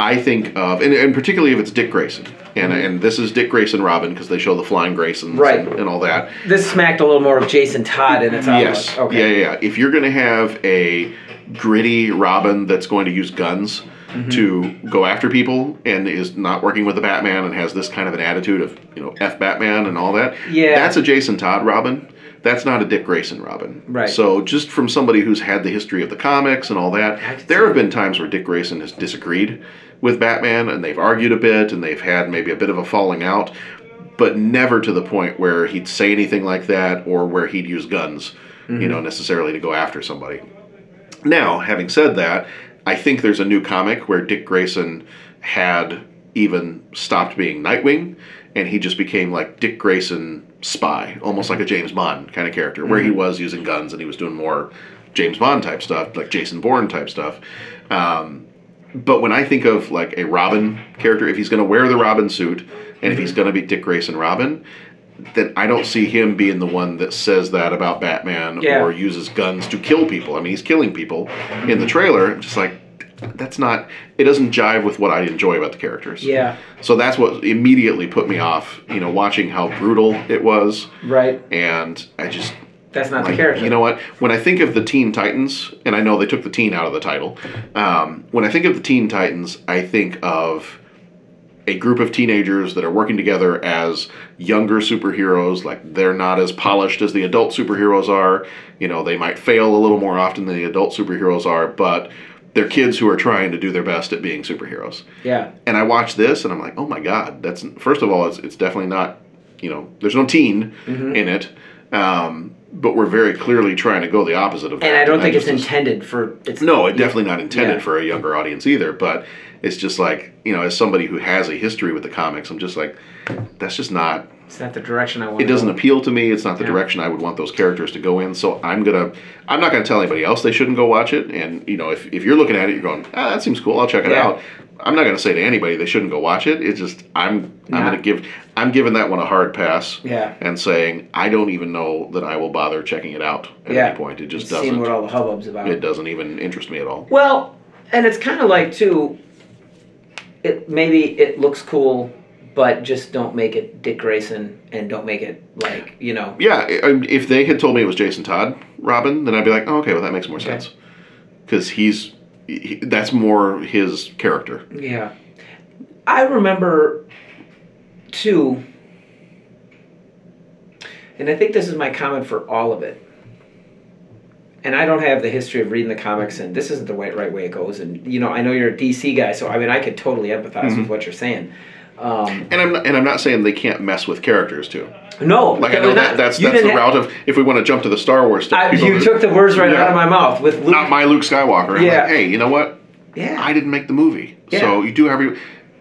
Speaker 8: I think of, and, and particularly if it's Dick Grayson, and and this is Dick Grayson Robin because they show the flying Graysons
Speaker 9: Mm-hmm. Right.
Speaker 8: and, and all that.
Speaker 9: This smacked a little more of Jason Todd in its outlook.
Speaker 8: Yes.
Speaker 9: Okay.
Speaker 8: Yeah, yeah, yeah. If you're going to have a gritty Robin that's going to use guns
Speaker 9: Mhm.
Speaker 8: to go after people and is not working with the Batman and has this kind of an attitude of, you know, F Batman and all that,
Speaker 9: Yeah.
Speaker 8: that's a Jason Todd Robin. That's not a Dick Grayson Robin.
Speaker 9: Right.
Speaker 8: So, just from somebody who's had the history of the comics and all that, there have been times where Dick Grayson has disagreed with Batman and they've argued a bit and they've had maybe a bit of a falling out but never to the point where he'd say anything like that or where he'd use guns, you
Speaker 9: Mhm.
Speaker 8: know, necessarily to go after somebody. Now, having said that, I think there's a new comic where Dick Grayson had even stopped being Nightwing and he just became like Dick Grayson spy, almost like a James Bond kind of character, where he
Speaker 9: Mhm.
Speaker 8: was using guns and he was doing more James Bond type stuff, like Jason Bourne type stuff. Um, but when I think of like a Robin character, if he's going to wear the Robin suit and if
Speaker 9: Mm-hmm.
Speaker 8: he's going to be Dick Grayson Robin, then I don't see him being the one that says that about Batman
Speaker 9: Yeah.
Speaker 8: or uses guns to kill people. I mean, he's killing people in
Speaker 9: Mm-hmm.
Speaker 8: the trailer. I'm just like, that's not, it doesn't jive with what I enjoy about the characters.
Speaker 9: Yeah.
Speaker 8: So that's what immediately put me off, you know, watching how brutal it was.
Speaker 9: Right.
Speaker 8: And I just,
Speaker 9: That's not the
Speaker 8: like,
Speaker 9: character.
Speaker 8: You know what? When I think of the Teen Titans, and I know they took the teen out of the title, um, when I think of the Teen Titans, I think of a group of teenagers that are working together as younger superheroes. Like, they're not as polished as the adult superheroes are. You know, they might fail a little more often than the adult superheroes are, but they're kids who are trying to do their best at being superheroes
Speaker 9: Yeah.
Speaker 8: and I watch this and I'm like, oh my god, that's first of all, it's, it's definitely not, you know, there's no teen
Speaker 9: Mhm.
Speaker 8: in it, um, but we're very clearly trying to go the opposite of that.
Speaker 9: And I don't think it's
Speaker 8: just-
Speaker 9: intended for. It's
Speaker 8: no, it definitely not intended
Speaker 9: Yeah.
Speaker 8: for a younger audience either. But it's just like you know, as somebody who has a history with the comics, I'm just like, that's just not
Speaker 9: It's not the direction I want.
Speaker 8: it doesn't appeal to me. It's not the direction I would want those characters to go in. So I'm gonna, I'm not gonna tell anybody else they shouldn't go watch it. And you know, if, if you're looking at it, you're going, ah, that seems cool. I'll check it
Speaker 9: Yeah.
Speaker 8: out. I'm not gonna say to anybody they shouldn't go watch it. It's just I'm, I'm
Speaker 9: Nah.
Speaker 8: gonna give, I'm giving that one a hard pass.
Speaker 9: Yeah.
Speaker 8: And saying I don't even know that I will bother checking it out at
Speaker 9: Yeah.
Speaker 8: any point. It just
Speaker 9: You've seen
Speaker 8: doesn't.
Speaker 9: what all the hubbub's about.
Speaker 8: It doesn't even interest me at all.
Speaker 9: Well, and it's kind of like too. It maybe it looks cool, but just don't make it Dick Grayson and don't make it like you know.
Speaker 8: Yeah, I- I- if they had told me it was Jason Todd Robin, then I'd be like, oh, okay, well that makes more sense, because he's he, that's more his character.
Speaker 9: Yeah. I remember too, and I think this is my comment for all of it. And I don't have the history of reading the comics, and this isn't the right, right way it goes. And you know, I know you're a DC guy, so I mean, I could totally empathize
Speaker 8: Mhm.
Speaker 9: with what you're saying. Um,
Speaker 8: And I'm not, and I'm not saying they can't mess with characters too.
Speaker 9: no,
Speaker 8: Like I know
Speaker 9: definitely
Speaker 8: that
Speaker 9: not.
Speaker 8: that's
Speaker 9: You
Speaker 8: that's the
Speaker 9: didn't ha-
Speaker 8: route of if we want to jump to the Star Wars stuff.
Speaker 9: I-
Speaker 8: people
Speaker 9: you
Speaker 8: do-
Speaker 9: took the words right
Speaker 8: Yeah.
Speaker 9: out of my mouth with Luke.
Speaker 8: Not my Luke Skywalker. I'm
Speaker 9: Yeah.
Speaker 8: like, hey, you know what?
Speaker 9: Yeah.
Speaker 8: I didn't make the movie, so
Speaker 9: Yeah.
Speaker 8: you do have your.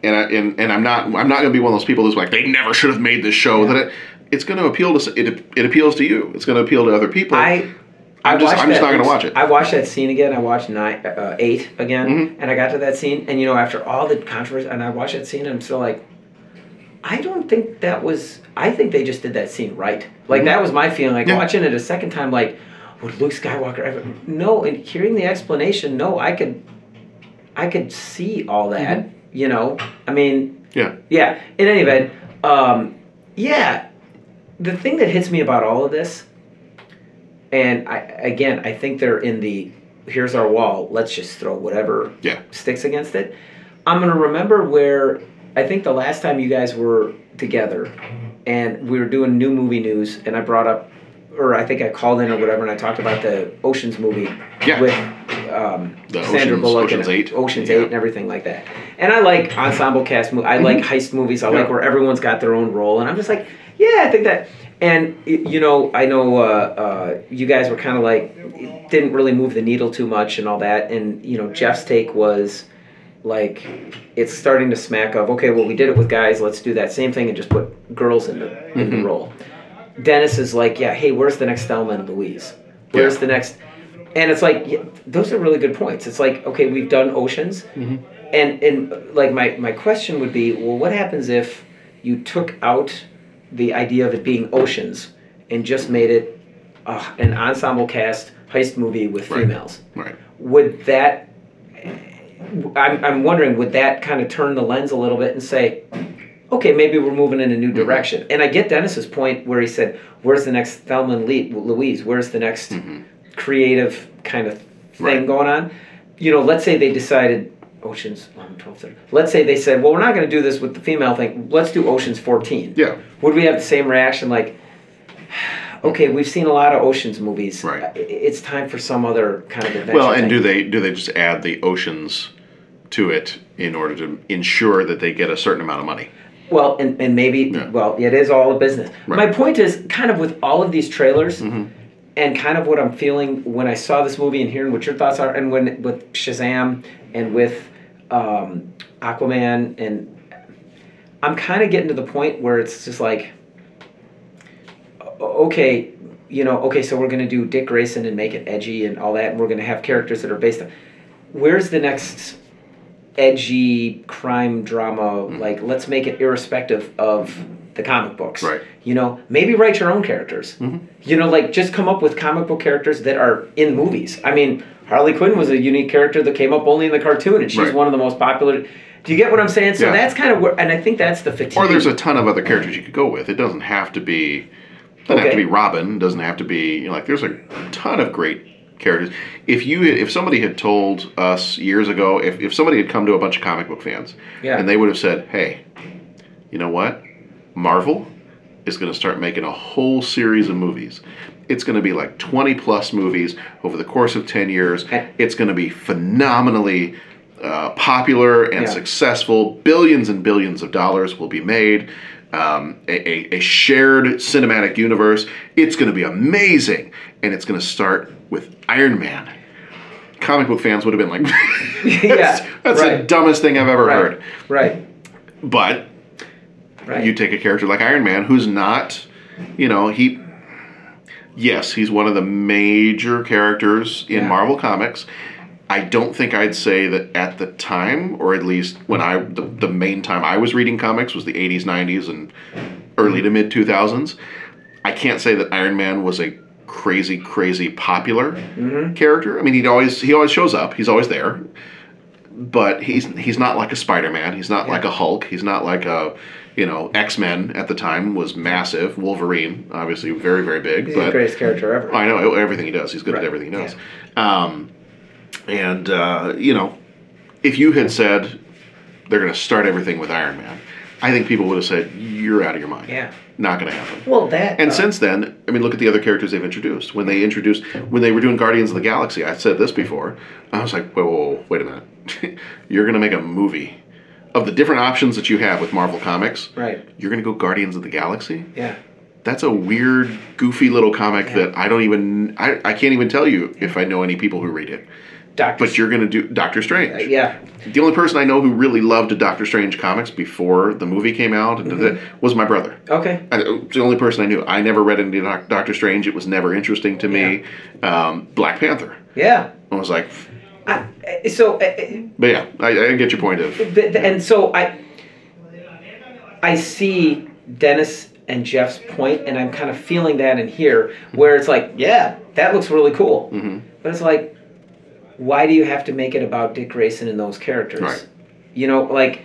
Speaker 8: And I and, and I'm not I'm not going to be one of those people that's like they never should have made this show. That it, it's going to appeal to s- it it appeals to you. It's going to appeal to other people.
Speaker 9: I
Speaker 8: I'm just
Speaker 9: watched
Speaker 8: I'm just
Speaker 9: that-
Speaker 8: not going to watch it.
Speaker 9: I watched that scene again. I watched nine, uh, eight again,
Speaker 8: Mm-hmm.
Speaker 9: and I got to that scene, and you know, after all the controversy, and I watched that scene, and I'm still like, I don't think that was. I think they just did that scene right. Like
Speaker 8: Mm-hmm.
Speaker 5: Mhm.
Speaker 9: that was my feeling. Like
Speaker 5: Yeah.
Speaker 9: watching it a second time, like would Luke Skywalker ever? No, and hearing the explanation, no, I could, I could see all that.
Speaker 8: Mm-hmm.
Speaker 9: You know, I mean,
Speaker 8: Yeah.
Speaker 9: yeah. In any event, um, yeah, the thing that hits me about all of this, and I again, I think they're in the here's our wall. Let's just throw whatever
Speaker 8: Yeah.
Speaker 9: sticks against it. I'm gonna remember where I think the last time you guys were together, and we were doing new movie news, and I brought up, or I think I called in or whatever, and I talked about the Ocean's movie with um,
Speaker 8: The
Speaker 9: Sandra
Speaker 8: Ocean's-
Speaker 9: Bullock
Speaker 8: Ocean's
Speaker 9: and
Speaker 8: Eight.
Speaker 9: Ocean's
Speaker 8: Yeah. Mm-hmm.
Speaker 9: Eight, and everything like that. And I like ensemble cast movies. I like heist movies. I
Speaker 5: Yeah.
Speaker 9: like where everyone's got their own role, and I'm just like, yeah, I think that. And y- you know, I know uh, uh, you guys were kind of like it didn't really move the needle too much and all that. And you know, Jeff's take was like it's starting to smack of okay, well, we did it with guys. Let's do that same thing and just put girls in the in the
Speaker 5: Mhm.
Speaker 9: role. Dennis is like, yeah, hey, where's the next Thelma and Louise? Where's the next? And it's like, yeah, those are really good points. It's like, okay, we've done oceans, and and like my my question would be, well, what happens if you took out the idea of it being oceans and just made it uh, an ensemble cast heist movie with females?
Speaker 8: Right.
Speaker 9: Would that? I'm I'm wondering, would that kind of turn the lens a little bit and say, okay, maybe we're moving in a new direction. And I get Dennis's point where he said, "Where's the next Thelma and Lee- Louise? Where's the next creative kind of thing going on?" You know, let's say they decided Ocean's 11, 12, 13. Let's say they said, "Well, we're not going to do this with the female thing. Let's do Ocean's 14."
Speaker 8: Yeah.
Speaker 9: Would we have the same reaction? Like, okay, we've seen a lot of Ocean's movies. Right. It's time for some other kind of adventure.
Speaker 8: Well, and
Speaker 9: thing.
Speaker 8: do they do they just add the oceans to it in order to ensure that they get a certain amount of money?
Speaker 9: Well, and, and maybe, well, it is all a business. My point is, kind of with all of these trailers,
Speaker 8: Mm-hmm.
Speaker 9: and kind of what I'm feeling when I saw this movie and hearing what your thoughts are, and when with Shazam and with um, Aquaman, and I'm kind of getting to the point where it's just like, o- okay, you know, okay, so we're going to do Dick Grayson and make it edgy and all that, and we're going to have characters that are based on. Where's the next edgy crime drama like let's make it irrespective of the comic books right you know maybe write your own characters
Speaker 8: Mm-hmm.
Speaker 9: you know like just come up with comic book characters that are in movies i mean harley quinn was a unique character that came up only in the cartoon and she's
Speaker 8: Right.
Speaker 9: one of the most popular do you get what i'm saying so
Speaker 8: Yeah.
Speaker 9: that's kind of where and i think that's the fatigue
Speaker 8: Or there's a ton of other characters you could go with. It doesn't have to be doesn't have to
Speaker 9: Okay.
Speaker 8: be Robin. Doesn't have to be you know, like there's a ton of great characters. If you if somebody had told us years ago, if, if somebody had come to a bunch of comic book fans
Speaker 9: Yeah.
Speaker 8: and they would have said, hey, you know what, Marvel is going to start making a whole series of movies. It's going to be like 20 plus movies over the course of 10 years. It's going to be phenomenally uh, popular and
Speaker 5: Yeah.
Speaker 8: successful. Billions and billions of dollars will be made. Um, a, a, a shared cinematic universe. It's going to be amazing. And it's going to start with Iron Man. Comic book fans would have been like, that's, that's the dumbest thing I've ever heard.
Speaker 9: Right.
Speaker 8: But
Speaker 9: Right.
Speaker 8: You take a character like Iron Man, who's not, you know, he. Yes, he's one of the major characters in
Speaker 9: Yeah.
Speaker 8: Marvel Comics. I don't think I'd say that at the time, or at least when I, the, the main time I was reading comics was the 80s, 90s, and early to mid 2000s. I can't say that Iron Man was a crazy, crazy popular character. I mean, he always he always shows up. He's always there, but he's he's not like a Spider Man. He's not like a Hulk. He's not like a you know X Men at the time was massive. Wolverine, obviously, very very big.
Speaker 9: He's
Speaker 8: but
Speaker 9: the greatest character ever.
Speaker 8: I know oh, everything he does. He's good at everything he does. Um, and uh, you know, if you had said they're going to start everything with Iron Man, I think people would have said you're out of your mind.
Speaker 9: Yeah.
Speaker 8: Not going to happen.
Speaker 9: Well, that uh,
Speaker 8: And since then, I mean, look at the other characters they've introduced. When they introduced, when they were doing Guardians of the Galaxy, I said this before. I was like, whoa, whoa, whoa wait a minute. you're going to make a movie of the different options that you have with Marvel Comics.
Speaker 9: Right.
Speaker 8: You're going to go Guardians of the Galaxy.
Speaker 9: Yeah.
Speaker 8: That's a weird, goofy little comic that I don't even. I, I can't even tell you if I know any people who read it.
Speaker 9: Doctor.
Speaker 8: But you're going to do Doctor Strange.
Speaker 9: Uh, yeah.
Speaker 8: The only person I know who really loved Doctor Strange comics before the movie came out and did
Speaker 9: Mhm.
Speaker 8: that was my brother.
Speaker 9: Okay.
Speaker 8: I, it's the only person I knew. I never read any doc- Doctor Strange. It was never interesting to me. Um, Black Panther.
Speaker 9: Yeah.
Speaker 8: I was like,
Speaker 9: Uh, So, uh, uh,
Speaker 8: but yeah, I, I get your point of.
Speaker 9: th- th- and so I, I see Dennis and Jeff's point, and I'm kind of feeling that in here, where it's like, yeah, that looks really cool,
Speaker 8: Mm-hmm.
Speaker 9: but it's like, why do you have to make it about Dick Grayson and those characters?
Speaker 8: Right.
Speaker 9: You know, like,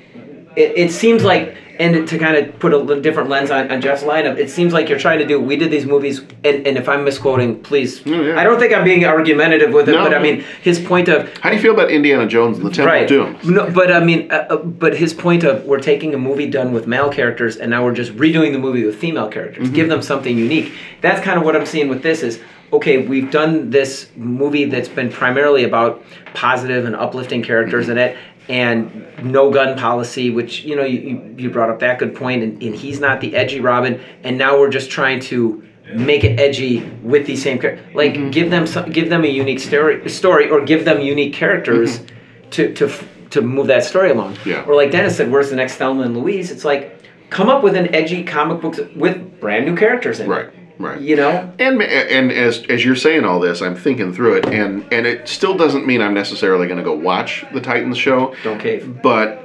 Speaker 9: it, it seems like, and to kind of put a little different lens on, on Jeff's lineup, it seems like you're trying to do. We did these movies, and, and if I'm misquoting, please. I don't think I'm being argumentative with it,
Speaker 8: Oh, No.
Speaker 9: but I mean his point of.
Speaker 8: How do you feel about Indiana Jones and the Temple of Doom?
Speaker 9: No, but I mean, uh, uh, but his point of we're taking a movie done with male characters and now we're just redoing the movie with female
Speaker 8: Mm-hmm.
Speaker 9: characters. Give them something unique. That's kind of what I'm seeing with this is okay. We've done this movie that's been primarily about positive and uplifting characters
Speaker 8: Mm-hmm.
Speaker 9: in it. And no gun policy, which you know you, you- you brought up that good point, and, and he's not the edgy Robin. And now we're just trying to make it edgy with these same characters. Like
Speaker 8: Mm-hmm.
Speaker 9: give them some, give them a unique story, story, or give them unique characters
Speaker 8: Mm-hmm.
Speaker 9: to to f- to move that story along.
Speaker 8: Yeah.
Speaker 9: Or like Dennis said, where's the next Thelma and Louise? It's like come up with an edgy comic book with brand new characters in
Speaker 8: Right.
Speaker 9: it.
Speaker 8: Right.
Speaker 9: You know.
Speaker 8: And and as as you're saying all this, I'm thinking through it, and and it still doesn't mean I'm necessarily going to go watch the Titans show.
Speaker 9: Don't cave.
Speaker 8: But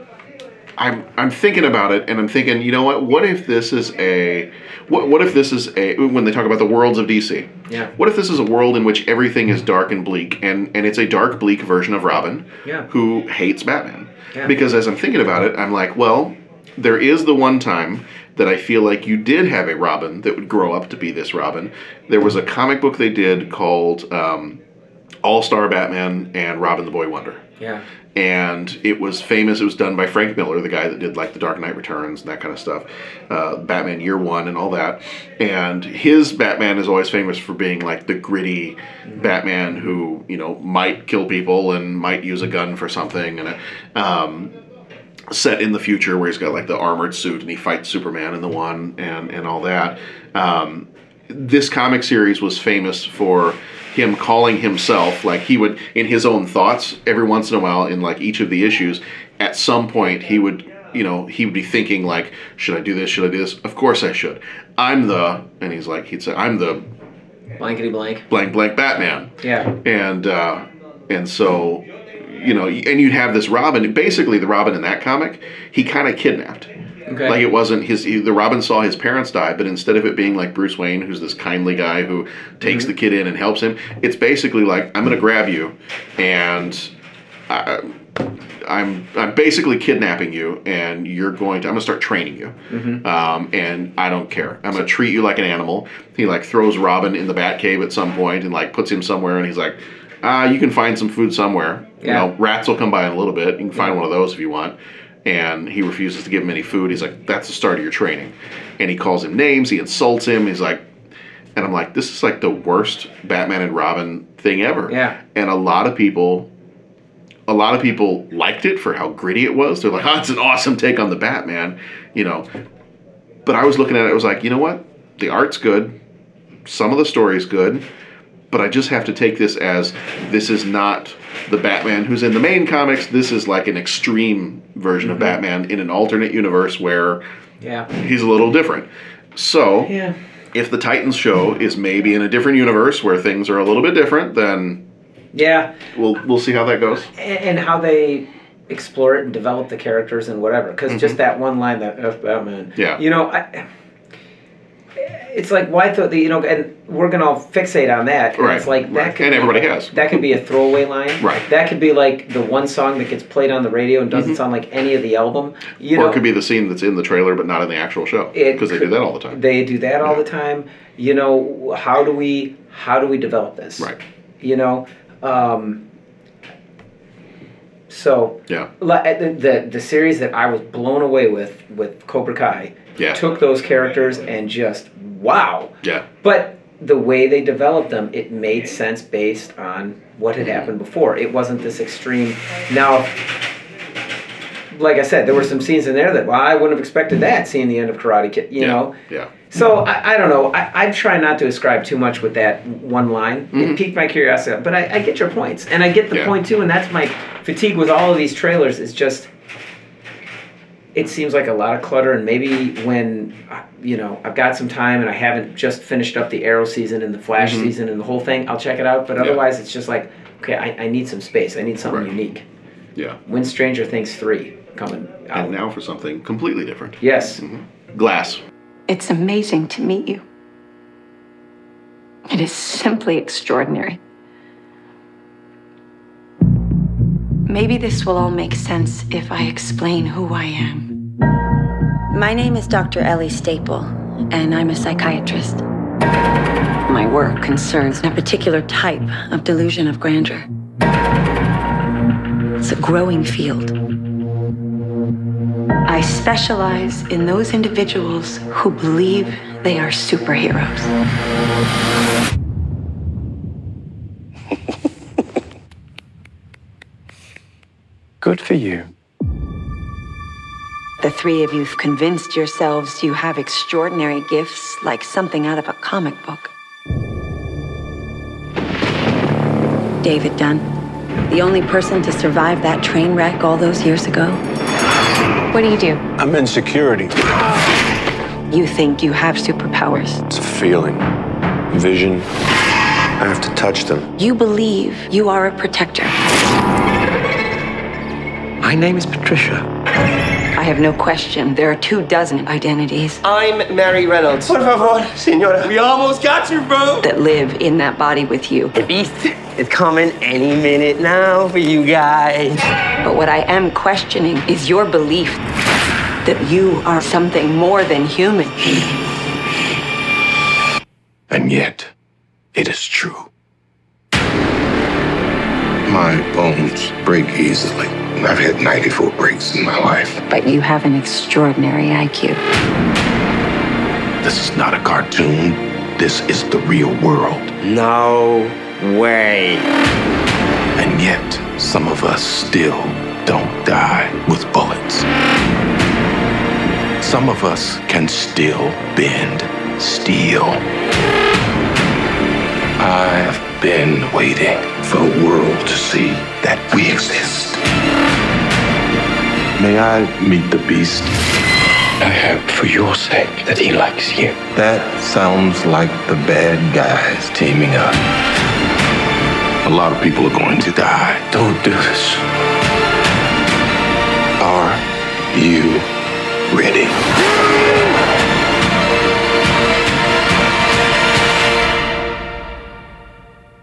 Speaker 8: I'm I'm thinking about it, and I'm thinking, you know what? What if this is a what what if this is a when they talk about the worlds of DC?
Speaker 9: Yeah.
Speaker 8: What if this is a world in which everything is dark and bleak, and and it's a dark, bleak version of Robin,
Speaker 9: Yeah.
Speaker 8: who hates Batman?
Speaker 9: Yeah.
Speaker 8: Because as I'm thinking about it, I'm like, well, there is the one time that I feel like you did have a Robin that would grow up to be this Robin. There was a comic book they did called um, All Star Batman and Robin the Boy Wonder
Speaker 9: Yeah.
Speaker 8: and it was famous. It was done by Frank Miller, the guy that did like the Dark Knight Returns and that kind of stuff, uh, Batman Year One and all that. And his Batman is always famous for being like the gritty Batman who you know might kill people and might use a gun for something and. Um, set in the future where he's got like the armored suit and he fights Superman in the one and and all that. Um, this comic series was famous for him calling himself like he would in his own thoughts every once in a while in like each of the issues. At some point, he would you know he would be thinking like, should I do this? Should I do this? Of course I should. I'm the and he's like he'd say I'm the
Speaker 9: Blankety blank.
Speaker 8: blank blank Batman
Speaker 9: Yeah.
Speaker 8: and uh, and so you know and you'd have this robin basically the robin in that comic he kind of kidnapped
Speaker 9: Okay.
Speaker 8: like it wasn't his he- the robin saw his parents die but instead of it being like bruce wayne who's this kindly guy who takes the kid in and helps him it's basically like i'm gonna grab you and I, i'm i'm basically kidnapping you and you're going to i'm gonna start training you
Speaker 2: Mhm.
Speaker 8: um, and I don't care. I'm gonna treat you like an animal. He like throws Robin in the Batcave at some point and like puts him somewhere, and he's like, ah, you can find some food somewhere.
Speaker 2: Yeah.
Speaker 8: You know, rats will come by in a little bit. You can find one of those if you want. And he refuses to give him any food. He's like, that's the start of your training. And he calls him names. He insults him. He's like, and I'm like, this is like the worst Batman and Robin thing ever.
Speaker 9: Yeah.
Speaker 8: And a lot of people a lot of people liked it for how gritty it was. They're like, oh, it's an awesome take on the Batman, you know. But I was looking at it, I was like, you know what? The art's good, some of the story's good, but I just have to take this as this is not the Batman who's in the main comics. This is like an extreme version of Batman in an alternate universe where
Speaker 9: Yeah.
Speaker 8: He's a little different. So,
Speaker 9: Yeah.
Speaker 8: if the Titans show is maybe in a different universe where things are a little bit different, then
Speaker 9: Yeah.
Speaker 8: we'll we'll see how that goes.
Speaker 9: and, and how they explore it and develop the characters and whatever. Because just that one line that "F Batman,"
Speaker 8: Mm-hmm. Yeah.
Speaker 9: you know, I, it's like why thought you know, and we're gonna all fixate on that. And It's
Speaker 8: Right,
Speaker 9: like that could
Speaker 8: And
Speaker 9: be-
Speaker 8: everybody has.
Speaker 9: that could be a throwaway line.
Speaker 8: Right. Mm-hmm.
Speaker 9: That could be like the one song that gets played on the radio and doesn't sound like any of the album. You
Speaker 8: or
Speaker 9: know,
Speaker 8: it could be the scene that's in the trailer but not in the actual show
Speaker 9: It
Speaker 8: because they do
Speaker 9: could-
Speaker 8: that all the time.
Speaker 9: They do that all the time. You know, how do we how do we develop this?
Speaker 8: Right.
Speaker 9: You know, um, so
Speaker 8: Yeah.
Speaker 9: Like, uh, the, the the series that I was blown away with with Cobra Kai
Speaker 8: Yeah.
Speaker 9: took those characters and just wow.
Speaker 8: Yeah.
Speaker 9: But the way they developed them, it made sense based on what
Speaker 8: Mm-hmm.
Speaker 9: had happened before. It wasn't this extreme. Now, like I said, there were some scenes in there that well, I wouldn't have expected that seeing the end of Karate Kid. You
Speaker 8: yeah.
Speaker 9: know,
Speaker 8: Yeah.
Speaker 9: so I, I don't know. I, I try not to ascribe too much with that one line. It piqued my curiosity, but I, I get your points, and I get
Speaker 8: Mm-hmm.
Speaker 9: the
Speaker 8: Yeah.
Speaker 9: point too. And that's my fatigue with all of these trailers. Is just it seems like a lot of clutter, and maybe when uh, you know I've got some time and I haven't just finished up the Arrow season and the Flash
Speaker 8: Mhm.
Speaker 9: season and the whole thing, I'll check it out. But
Speaker 8: Yeah.
Speaker 9: otherwise, it's just like okay, I, I need some space. I need something unique.
Speaker 8: Yeah.
Speaker 9: When Stranger Things three coming out
Speaker 8: now for something completely different.
Speaker 9: Yes.
Speaker 8: Glass.
Speaker 5: It's amazing to meet you. It is simply extraordinary. Maybe this will all make sense if I explain who I am. My name is Dr. Ellie Staple, and I'm a psychiatrist. My work concerns a particular type of delusion of grandeur. It's a growing field. I specialize in those individuals who believe they are superheroes.
Speaker 1: Good for you.
Speaker 5: The three of you've convinced yourselves you have extraordinary gifts like something out of a comic book. David Dunn, the only person to survive that train wreck all those years ago. What do you do?
Speaker 2: I'm in security.
Speaker 5: You think you have superpowers.
Speaker 2: It's a feeling, vision. I have to touch them.
Speaker 5: You believe you are a protector.
Speaker 2: My name is Patricia.
Speaker 5: I have no question. There are two dozen identities
Speaker 6: I'm Mary Reynolds. Por favor, señora. We almost got you, bro.
Speaker 5: that live in that body with you.
Speaker 6: The beast is coming any minute now for you guys.
Speaker 5: But what I am questioning is your belief that you are something more than human.
Speaker 11: And yet, it is true. My bones break easily. and I've had 94 breaks in my life.
Speaker 5: But you have an extraordinary IQ.
Speaker 11: This is not a cartoon. This is the real world. No way. And yet, some of us still don't die with bullets. Some of us can still bend steel. I've been waiting for a world to see that we exist. May I meet the beast? I hope for your sake that he likes you. That sounds like the bad guys teaming up. A lot of people are going to die. Don't do this. Are you ready?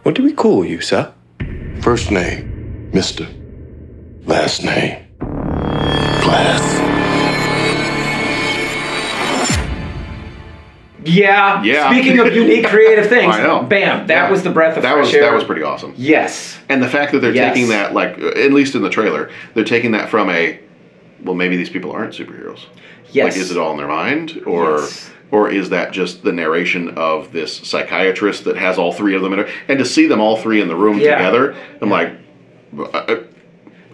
Speaker 2: What do we call you, sir?
Speaker 11: First name, Mr. Last name, Glass.
Speaker 9: Yeah.
Speaker 8: Yeah.
Speaker 9: Speaking of unique creative things,
Speaker 8: I know.
Speaker 9: bam, that was the breath of
Speaker 8: That
Speaker 9: fresh
Speaker 8: was
Speaker 9: air.
Speaker 8: that was pretty awesome.
Speaker 9: Yes.
Speaker 8: And the fact that they're
Speaker 9: Yes.
Speaker 8: taking that like at least in the trailer, they're taking that from a well maybe these people aren't superheroes.
Speaker 9: Yes.
Speaker 8: Like is it all in their mind or or is that just the narration of this psychiatrist that has all three of them in her and to see them all three in the room
Speaker 9: Yeah.
Speaker 8: together, I'm like uh, uh,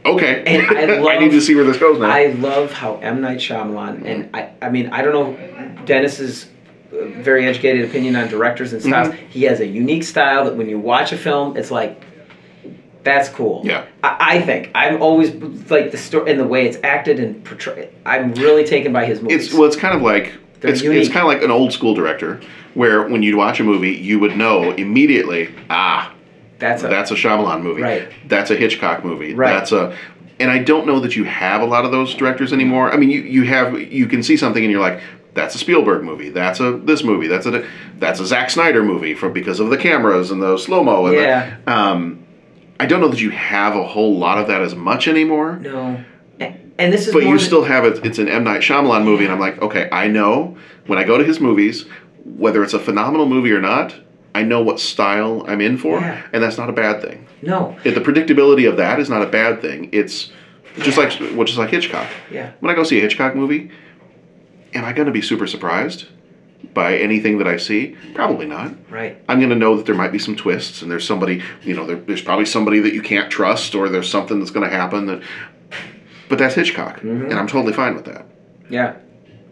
Speaker 8: okay.
Speaker 9: And I love,
Speaker 8: need to see where this goes now.
Speaker 9: I love how M Night Shyamalan
Speaker 8: Mm-hmm.
Speaker 9: and I. I mean, I don't know Dennis's uh, very educated opinion on directors and styles.
Speaker 8: Mhm.
Speaker 9: He has a unique style that when you watch a film, it's like That's cool.
Speaker 8: Yeah.
Speaker 9: I, I think I'm always like the story and the way it's acted and portrayed. I'm really taken by his movies.
Speaker 8: It's well, it's kind of like
Speaker 9: They're
Speaker 8: it's,
Speaker 9: unique.
Speaker 8: it's kind of like an old school director where when you'd watch a movie, you would know immediately, ah,
Speaker 9: that's
Speaker 8: a that's a Shyamalan movie,
Speaker 9: Right.
Speaker 8: That's a Hitchcock movie,
Speaker 9: Right.
Speaker 8: That's a, and I don't know that you have a lot of those directors anymore. I mean, you you have you can see something and you're like. That's a Spielberg movie. That's a this movie. That's a that's a Zack Snyder movie from because of the cameras and the slow mo. and the-
Speaker 9: Yeah.
Speaker 8: um, I don't know that you have a whole lot of that as much anymore.
Speaker 9: No. And this is
Speaker 8: But
Speaker 9: more
Speaker 8: you
Speaker 9: than-
Speaker 8: still have it. It's an M Night Shyamalan movie, and I'm like, okay, I know when I go to his movies, whether it's a phenomenal movie or not, I know what style I'm in for,
Speaker 9: Yeah.
Speaker 8: and that's not a bad thing.
Speaker 9: No.
Speaker 8: It- the predictability of that is not a bad thing. It's just like which is like Hitchcock.
Speaker 9: Yeah.
Speaker 8: When I go see a Hitchcock movie, am I going to be super surprised by anything that I see? Probably not.
Speaker 9: Right.
Speaker 8: I'm going to know that there might be some twists and there's somebody, you know, there, there's probably somebody that you can't trust or there's something that's going to happen that but that's Hitchcock and I'm totally fine with that.
Speaker 9: Yeah.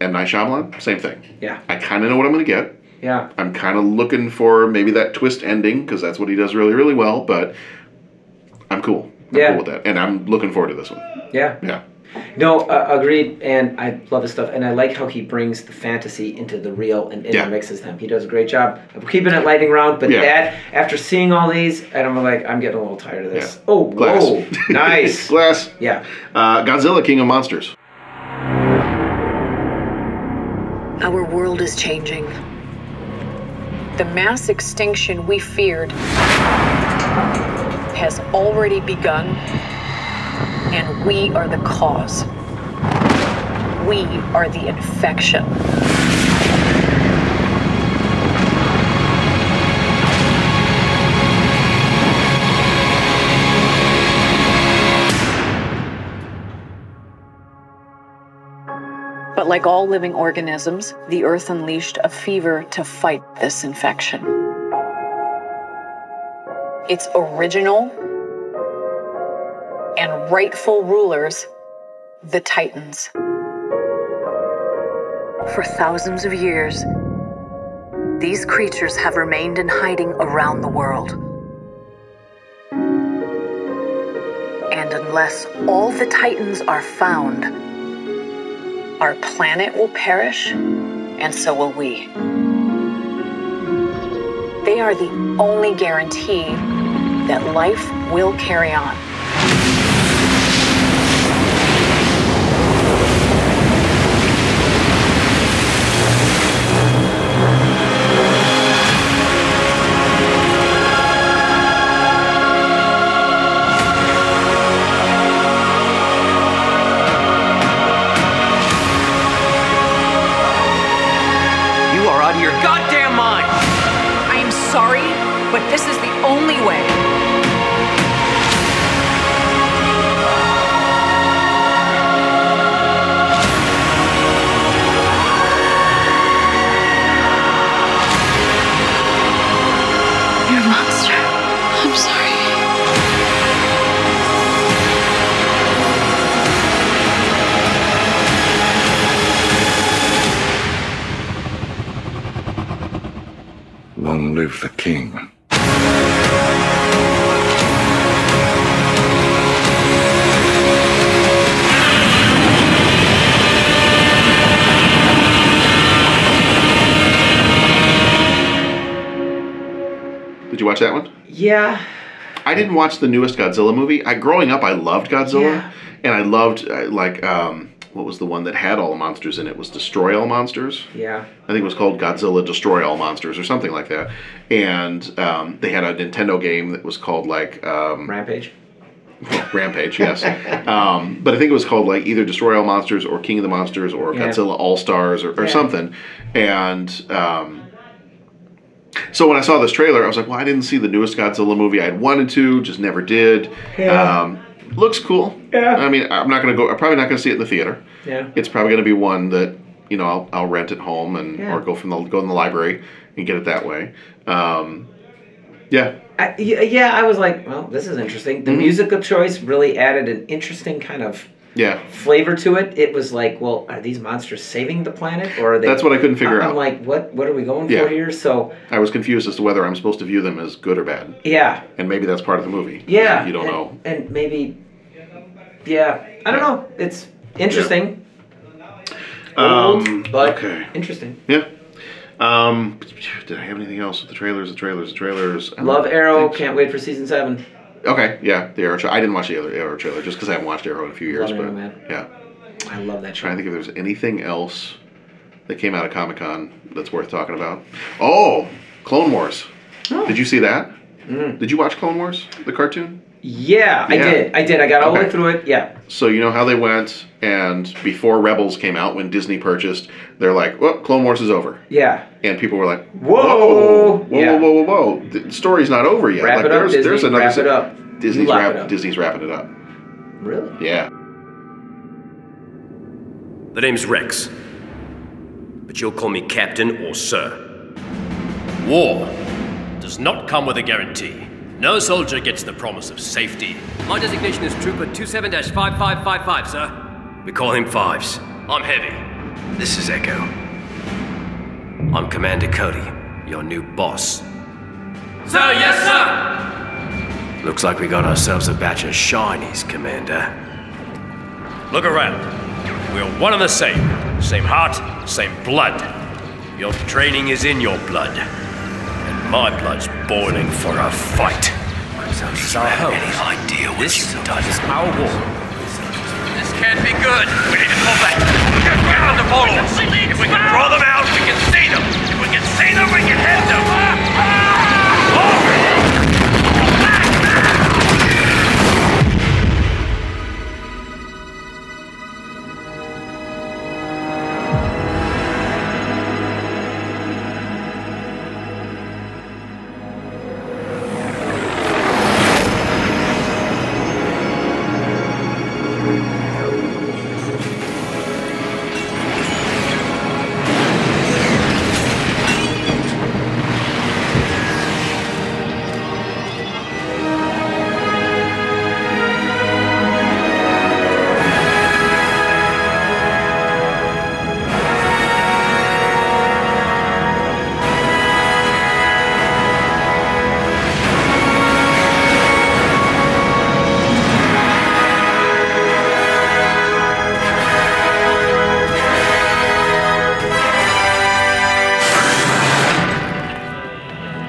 Speaker 8: M Night Shyamalan, same thing.
Speaker 9: Yeah.
Speaker 8: I kind of know what I'm going to get.
Speaker 9: Yeah.
Speaker 8: I'm kind of looking for maybe that twist ending because that's what he does really really well, but I'm cool. I'm
Speaker 9: Yeah.
Speaker 8: cool with that and I'm looking forward to this one.
Speaker 9: Yeah.
Speaker 8: Yeah.
Speaker 9: No, uh, agreed. And I love his stuff. And I like how he brings the fantasy into the real and intermixes them. He does a great job of keeping it lightning round. But
Speaker 8: Yeah.
Speaker 9: that, after seeing all these, and I'm like, I'm getting a little tired of this.
Speaker 8: Yeah.
Speaker 9: Oh,
Speaker 8: Glass.
Speaker 9: whoa. Nice.
Speaker 8: Glass.
Speaker 9: Yeah.
Speaker 8: Uh, Godzilla King of Monsters.
Speaker 7: Our world is changing. The mass extinction we feared has already begun, and we are the cause. We are the infection. But like all living organisms, the Earth unleashed a fever to fight this infection. Its original and rightful rulers, the Titans. For thousands of years, these creatures have remained in hiding around the world. And unless all the Titans are found, our planet will perish, and so will we. They are the only guarantee that life will carry on.
Speaker 17: You are out of your goddamn mind.
Speaker 7: I am sorry, but this is the only way.
Speaker 22: You're a monster. I'm sorry.
Speaker 11: Long live the king.
Speaker 8: Did you watch that one?
Speaker 9: Yeah.
Speaker 8: I didn't watch the newest Godzilla movie. I growing up, I loved Godzilla,
Speaker 9: Yeah.
Speaker 8: and I loved uh, like um, what was the one that had all the monsters in it? Was Destroy All Monsters?
Speaker 9: Yeah.
Speaker 8: I think it was called Godzilla Destroy All Monsters or something like that. And um, they had a Nintendo game that was called like um,
Speaker 9: Rampage.
Speaker 8: Rampage, yes. um, but I think it was called like either Destroy All Monsters or King of the Monsters or
Speaker 9: Yeah.
Speaker 8: Godzilla All Stars or, or
Speaker 9: Yeah.
Speaker 8: something. And um, so when I saw this trailer, I was like, well, I didn't see the newest Godzilla movie. I had wanted to, just never did.
Speaker 9: Yeah.
Speaker 8: Um, looks cool. Yeah. I mean, I'm not going to go, I'm probably not going to see it in the theater.
Speaker 9: Yeah.
Speaker 8: It's probably going to be one that you know I'll, I'll rent at home and
Speaker 9: Yeah.
Speaker 8: or go from the go in the library and get it that way. Um, yeah,
Speaker 9: I, y- yeah, I was like, well, this is interesting. The
Speaker 8: Mhm.
Speaker 9: musical choice really added an interesting kind of
Speaker 8: Yeah.
Speaker 9: flavor to it. It was like, well, are these monsters saving the planet, or are they?
Speaker 8: That's what I couldn't figure
Speaker 9: I'm
Speaker 8: out.
Speaker 9: like, what? What are we going
Speaker 8: Yeah.
Speaker 9: for here? So,
Speaker 8: I was confused as to whether I'm supposed to view them as good or bad,
Speaker 9: yeah,
Speaker 8: and maybe that's part of the movie.
Speaker 9: yeah.
Speaker 8: you don't
Speaker 9: and,
Speaker 8: know.
Speaker 9: And maybe, yeah, I don't know. It's interesting. Old,
Speaker 8: Um,
Speaker 9: but
Speaker 8: okay.
Speaker 9: interesting.
Speaker 8: Yeah. Um, did I have anything else with the trailers? The trailers. The trailers. I don't
Speaker 9: Love Arrow.
Speaker 8: think so.
Speaker 9: Can't wait for season seven.
Speaker 8: Okay, yeah, the Arrow. Tra- I didn't watch the other Arrow trailer just because I haven't watched Arrow in a few years.
Speaker 9: Love
Speaker 8: but
Speaker 9: Arrow, man.
Speaker 8: yeah,
Speaker 9: I love that
Speaker 8: trying to think if there's anything else that came out of Comic Con that's worth talking about. Oh, Clone Wars.
Speaker 9: Oh.
Speaker 8: Did you see that?
Speaker 9: Mm.
Speaker 8: Did you watch Clone Wars, the cartoon?
Speaker 9: Yeah, I
Speaker 8: Yeah.
Speaker 9: did. I did. I got all the
Speaker 8: Okay.
Speaker 9: way through it. Yeah.
Speaker 8: So you know how they went, and before Rebels came out, when Disney purchased, they're like, "Well, Clone Wars is over,ver,"
Speaker 9: Yeah.
Speaker 8: and people were like,
Speaker 9: Whoa!
Speaker 8: whoa, whoa,
Speaker 9: Yeah.
Speaker 8: whoa, whoa, whoa! The story's not over yet.
Speaker 9: Wrap
Speaker 8: like,
Speaker 9: it up,
Speaker 8: there's,
Speaker 9: Disney.
Speaker 8: there's another.
Speaker 9: Wrap
Speaker 8: se-
Speaker 9: it up. You
Speaker 8: Disney's
Speaker 9: wrap
Speaker 8: wrap-
Speaker 9: it up.
Speaker 8: Disney's wrapping it up.
Speaker 9: Really?
Speaker 8: Yeah.
Speaker 10: The name's Rex. But you'll call me Captain or Sir. War does not come with a guarantee. No soldier gets the promise of safety.
Speaker 15: My designation is Trooper 27 5555, sir.
Speaker 10: We call him Fives. I'm Heavy. This is Echo. I'm Commander Cody, your new boss.
Speaker 15: Sir, yes, sir!
Speaker 10: Looks like we got ourselves a batch of shinies, Commander. Look around. We're one and the same. Same heart, same blood. Your training is in your blood. And my blood's boiling for a fight. This is our home. Any idea what this you've done is our war.
Speaker 15: This can't be good. We need to pull back. Get down the portals. If we can draw them out, we can see them. If we can see them, we can hit them.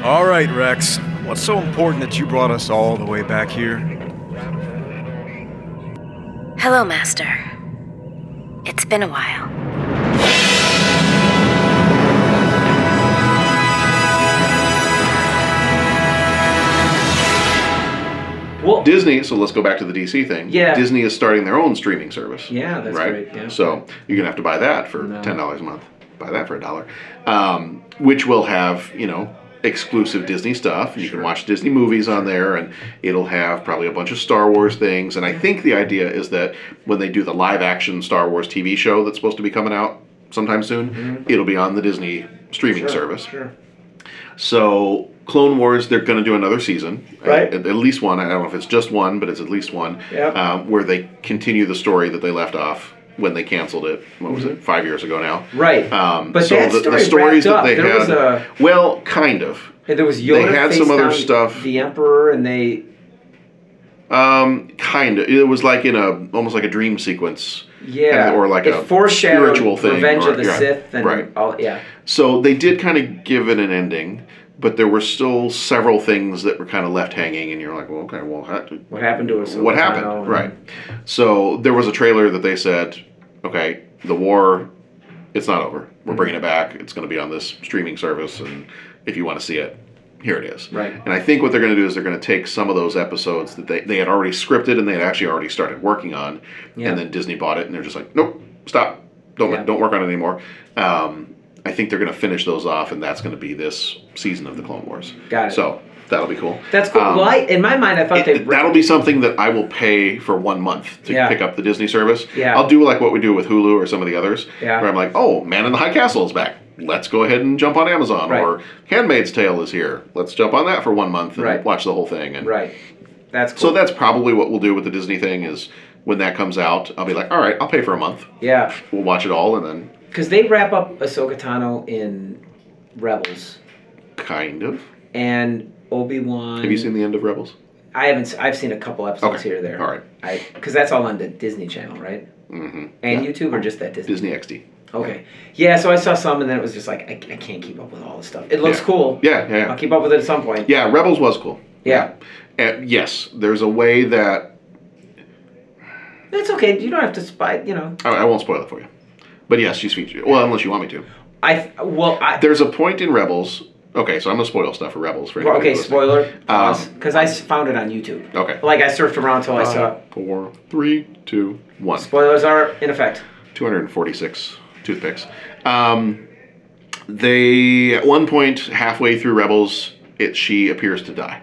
Speaker 23: All right, Rex. What's so important that you brought us all the way back here?
Speaker 24: Hello, Master. It's been a while.
Speaker 8: Disney. So let's go back to the DC thing.
Speaker 9: Yeah.
Speaker 8: Disney is starting their own streaming service.
Speaker 9: Yeah, that's
Speaker 8: right.
Speaker 9: great, yeah.
Speaker 8: So you're gonna have to buy that for
Speaker 9: No.
Speaker 8: ten dollars a month. Buy that for a dollar, um, which will have you know exclusive Disney stuff. You can watch Disney movies on there, and it'll have probably a bunch of Star Wars things. And I think the idea is that when they do the live action Star Wars TV show that's supposed to be coming out sometime soon,
Speaker 9: Mhm.
Speaker 8: it'll be on the Disney streaming
Speaker 9: Sure,
Speaker 8: service.
Speaker 9: Sure.
Speaker 8: So Clone Wars, they're going to do another season,
Speaker 9: Right.
Speaker 8: At, at least one. I don't know if it's just one, but it's at least one.
Speaker 9: Yep.
Speaker 8: Um, where they continue the story that they left off when they canceled it. What was it? Five years ago now.
Speaker 9: Mm-hmm. Right.
Speaker 8: Um,
Speaker 9: But
Speaker 8: so
Speaker 9: that
Speaker 8: the,
Speaker 9: story
Speaker 8: the stories
Speaker 9: wrapped
Speaker 8: that
Speaker 9: up.
Speaker 8: they
Speaker 9: There
Speaker 8: had,
Speaker 9: was a-
Speaker 8: well, kind of.
Speaker 9: And there was
Speaker 8: They
Speaker 9: Yoda.
Speaker 8: had
Speaker 9: face
Speaker 8: some other
Speaker 9: down
Speaker 8: stuff.
Speaker 9: The Emperor and they.
Speaker 8: Um, kind of. It was like in a almost like a dream sequence.
Speaker 9: Yeah.
Speaker 8: Kinda, or like
Speaker 9: it
Speaker 8: a
Speaker 9: foreshadowed
Speaker 8: spiritual thing.
Speaker 9: Revenge
Speaker 8: or-
Speaker 9: of the
Speaker 8: yeah,
Speaker 9: Sith and
Speaker 8: right.
Speaker 9: all. Yeah.
Speaker 8: So they did kind of give it an ending, but there were still several things that were kind of left hanging, and you're like, well, okay, well, ha-
Speaker 9: What happened to us?
Speaker 8: What happened?
Speaker 9: How-
Speaker 8: Right. So there was a trailer that they said, okay, the war, it's not over. We're
Speaker 9: Mm-hmm.
Speaker 8: bringing it back. It's going to be on this streaming service, and if you want to see it, here it is.
Speaker 9: Right.
Speaker 8: And I think what they're going to do is they're going to take some of those episodes that they, they had already scripted and they had actually already started working on,
Speaker 9: Yeah.
Speaker 8: and then Disney bought it, and they're just like, nope, stop, don't
Speaker 9: Yeah.
Speaker 8: don't work on it anymore. Um, I think they're going to finish those off, and that's going to be this season of the Clone Wars.
Speaker 9: Got it.
Speaker 8: So that'll be cool.
Speaker 9: That's cool.
Speaker 8: Um,
Speaker 9: well, I, in my mind, I thought they.
Speaker 8: That'll be something that I will pay for one month to
Speaker 9: Yeah.
Speaker 8: pick up the Disney service.
Speaker 9: Yeah.
Speaker 8: I'll do like what we do with Hulu or some of the others,
Speaker 9: Yeah.
Speaker 8: where I'm like, oh, Man in the High Castle is back. Let's go ahead and jump on Amazon.
Speaker 9: Right.
Speaker 8: Or Handmaid's Tale is here. Let's jump on that for one month and
Speaker 9: Right.
Speaker 8: watch the whole thing. And
Speaker 9: Right. That's
Speaker 8: So that's probably what we'll do with the Disney thing is when that comes out, I'll be like, all right, I'll pay for a month.
Speaker 9: Yeah.
Speaker 8: We'll watch it all, and then
Speaker 9: Because they wrap up Ahsoka Tano in Rebels,
Speaker 8: kind of.
Speaker 9: and Obi Wan.
Speaker 8: Have you seen the end of Rebels?
Speaker 9: I haven't. s- I've seen a couple episodes
Speaker 8: Okay.
Speaker 9: here or there.
Speaker 8: All right.
Speaker 9: I because that's all on the Disney Channel, right?
Speaker 8: Mm-hmm.
Speaker 9: And YouTube or just that Disney?
Speaker 8: Disney XD.
Speaker 9: Okay. Yeah. So I saw some, and then it was just like I, I can't keep up with all this stuff. It looks
Speaker 8: Yeah.
Speaker 9: cool.
Speaker 8: Yeah, yeah, yeah.
Speaker 9: I'll keep up with it at some point.
Speaker 8: Yeah, Rebels was cool.
Speaker 9: Yeah.
Speaker 8: And yes, there's a way that
Speaker 9: It's okay. You don't have to spy. You know.
Speaker 8: I, I won't spoil it for you, but yes, she's featured. Well, unless you want me to.
Speaker 9: I well, I,
Speaker 8: there's a point in Rebels. Okay, so I'm gonna spoil stuff for Rebels for
Speaker 9: Well,
Speaker 8: anybody
Speaker 9: okay.
Speaker 8: listening.
Speaker 9: Spoiler.
Speaker 8: Um,
Speaker 9: Because I s- found it on YouTube.
Speaker 8: Okay.
Speaker 9: Like I surfed around till I saw.
Speaker 8: Five, Four, three, two, one.
Speaker 9: Spoilers are in effect.
Speaker 8: 246 toothpicks. Um, they at one point halfway through Rebels, it she appears to die,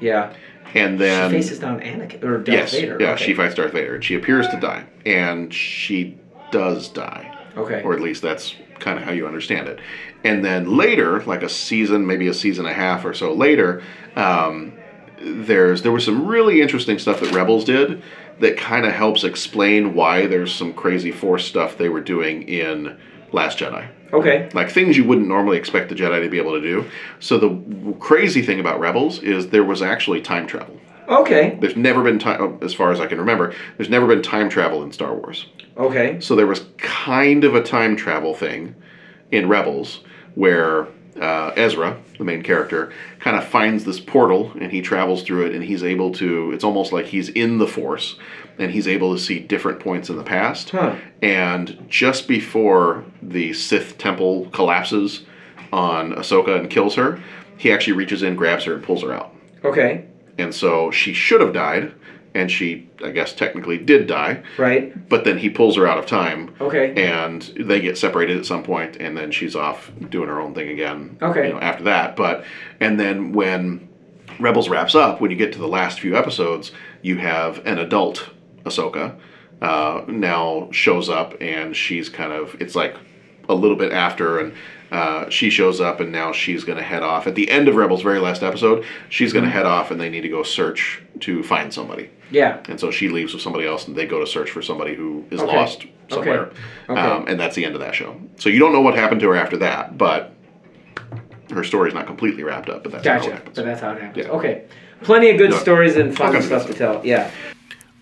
Speaker 9: Yeah.
Speaker 8: and then
Speaker 9: she faces down Anakin or Darth
Speaker 8: yes,
Speaker 9: Vader.
Speaker 8: yeah,
Speaker 9: okay.
Speaker 8: she fights Darth Vader, and she appears to die, and she does die.
Speaker 9: Okay.
Speaker 8: or at least that's kind of how you understand it. And then later, like a season, maybe a season and a half or so later, um, there's there was some really interesting stuff that Rebels did that kind of helps explain why there's some crazy Force stuff they were doing in Last Jedi.
Speaker 9: Okay.
Speaker 8: Like things you wouldn't normally expect the Jedi to be able to do. So the w- crazy thing about Rebels is there was actually time travel.
Speaker 9: Okay.
Speaker 8: There's never been time, as far as I can remember, there's never been time travel in Star Wars.
Speaker 9: Okay.
Speaker 8: So there was kind of a time travel thing in Rebels where uh, Ezra, the main character, kind of finds this portal and he travels through it and he's able to, it's almost like he's in the Force and he's able to see different points in the past.
Speaker 9: Huh.
Speaker 8: And just before the Sith temple collapses on Ahsoka and kills her, he actually reaches in, grabs her, and pulls her out.
Speaker 9: Okay.
Speaker 8: And so she should have died, and she, I guess, technically did die.
Speaker 9: Right.
Speaker 8: But then he pulls her out of time,
Speaker 9: Okay.
Speaker 8: and they get separated at some point, and then she's off doing her own thing again.
Speaker 9: Okay.
Speaker 8: You know, after that, but and then when Rebels wraps up, when you get to the last few episodes, you have an adult Ahsoka uh, now shows up, and she's kind of it's like a little bit after and. Uh, she shows up and now she's going to head off at the end of rebels very last episode she's
Speaker 9: Mm-hmm.
Speaker 8: going to head off and they need to go search to find somebody
Speaker 9: Yeah.
Speaker 8: and so she leaves with somebody else, and they go to search for somebody who is
Speaker 9: Okay.
Speaker 8: lost somewhere.
Speaker 9: Okay.
Speaker 8: Um, and that's the end of that show. So you don't know what happened to her after that, but her story's not completely wrapped up. But that's how it
Speaker 9: Gotcha.
Speaker 8: happens.
Speaker 9: But that's how it happens.
Speaker 8: Yeah.
Speaker 9: Okay. Plenty of good
Speaker 8: No.
Speaker 9: stories and fun
Speaker 8: Okay, but
Speaker 9: stuff to tell. Yeah.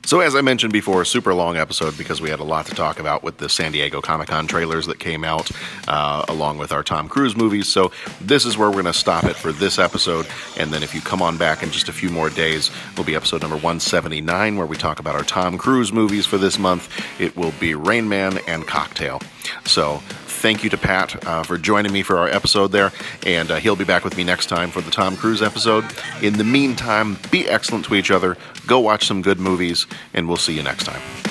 Speaker 8: So, as I mentioned before, super long episode because we had a lot to talk about with the San Diego Comic Con trailers that came out, uh, along with our Tom Cruise movies. So, this is where we're going to stop it for this episode. And then, if you come on back in just a few more days, will be episode number 179, where we talk about our Tom Cruise movies for this month. It will be Rain Man and Cocktail. So, thank you to Pat uh, for joining me for our episode there, and uh, he'll be back with me next time for the Tom Cruise episode. In the meantime, be excellent to each other, go watch some good movies, and we'll see you next time.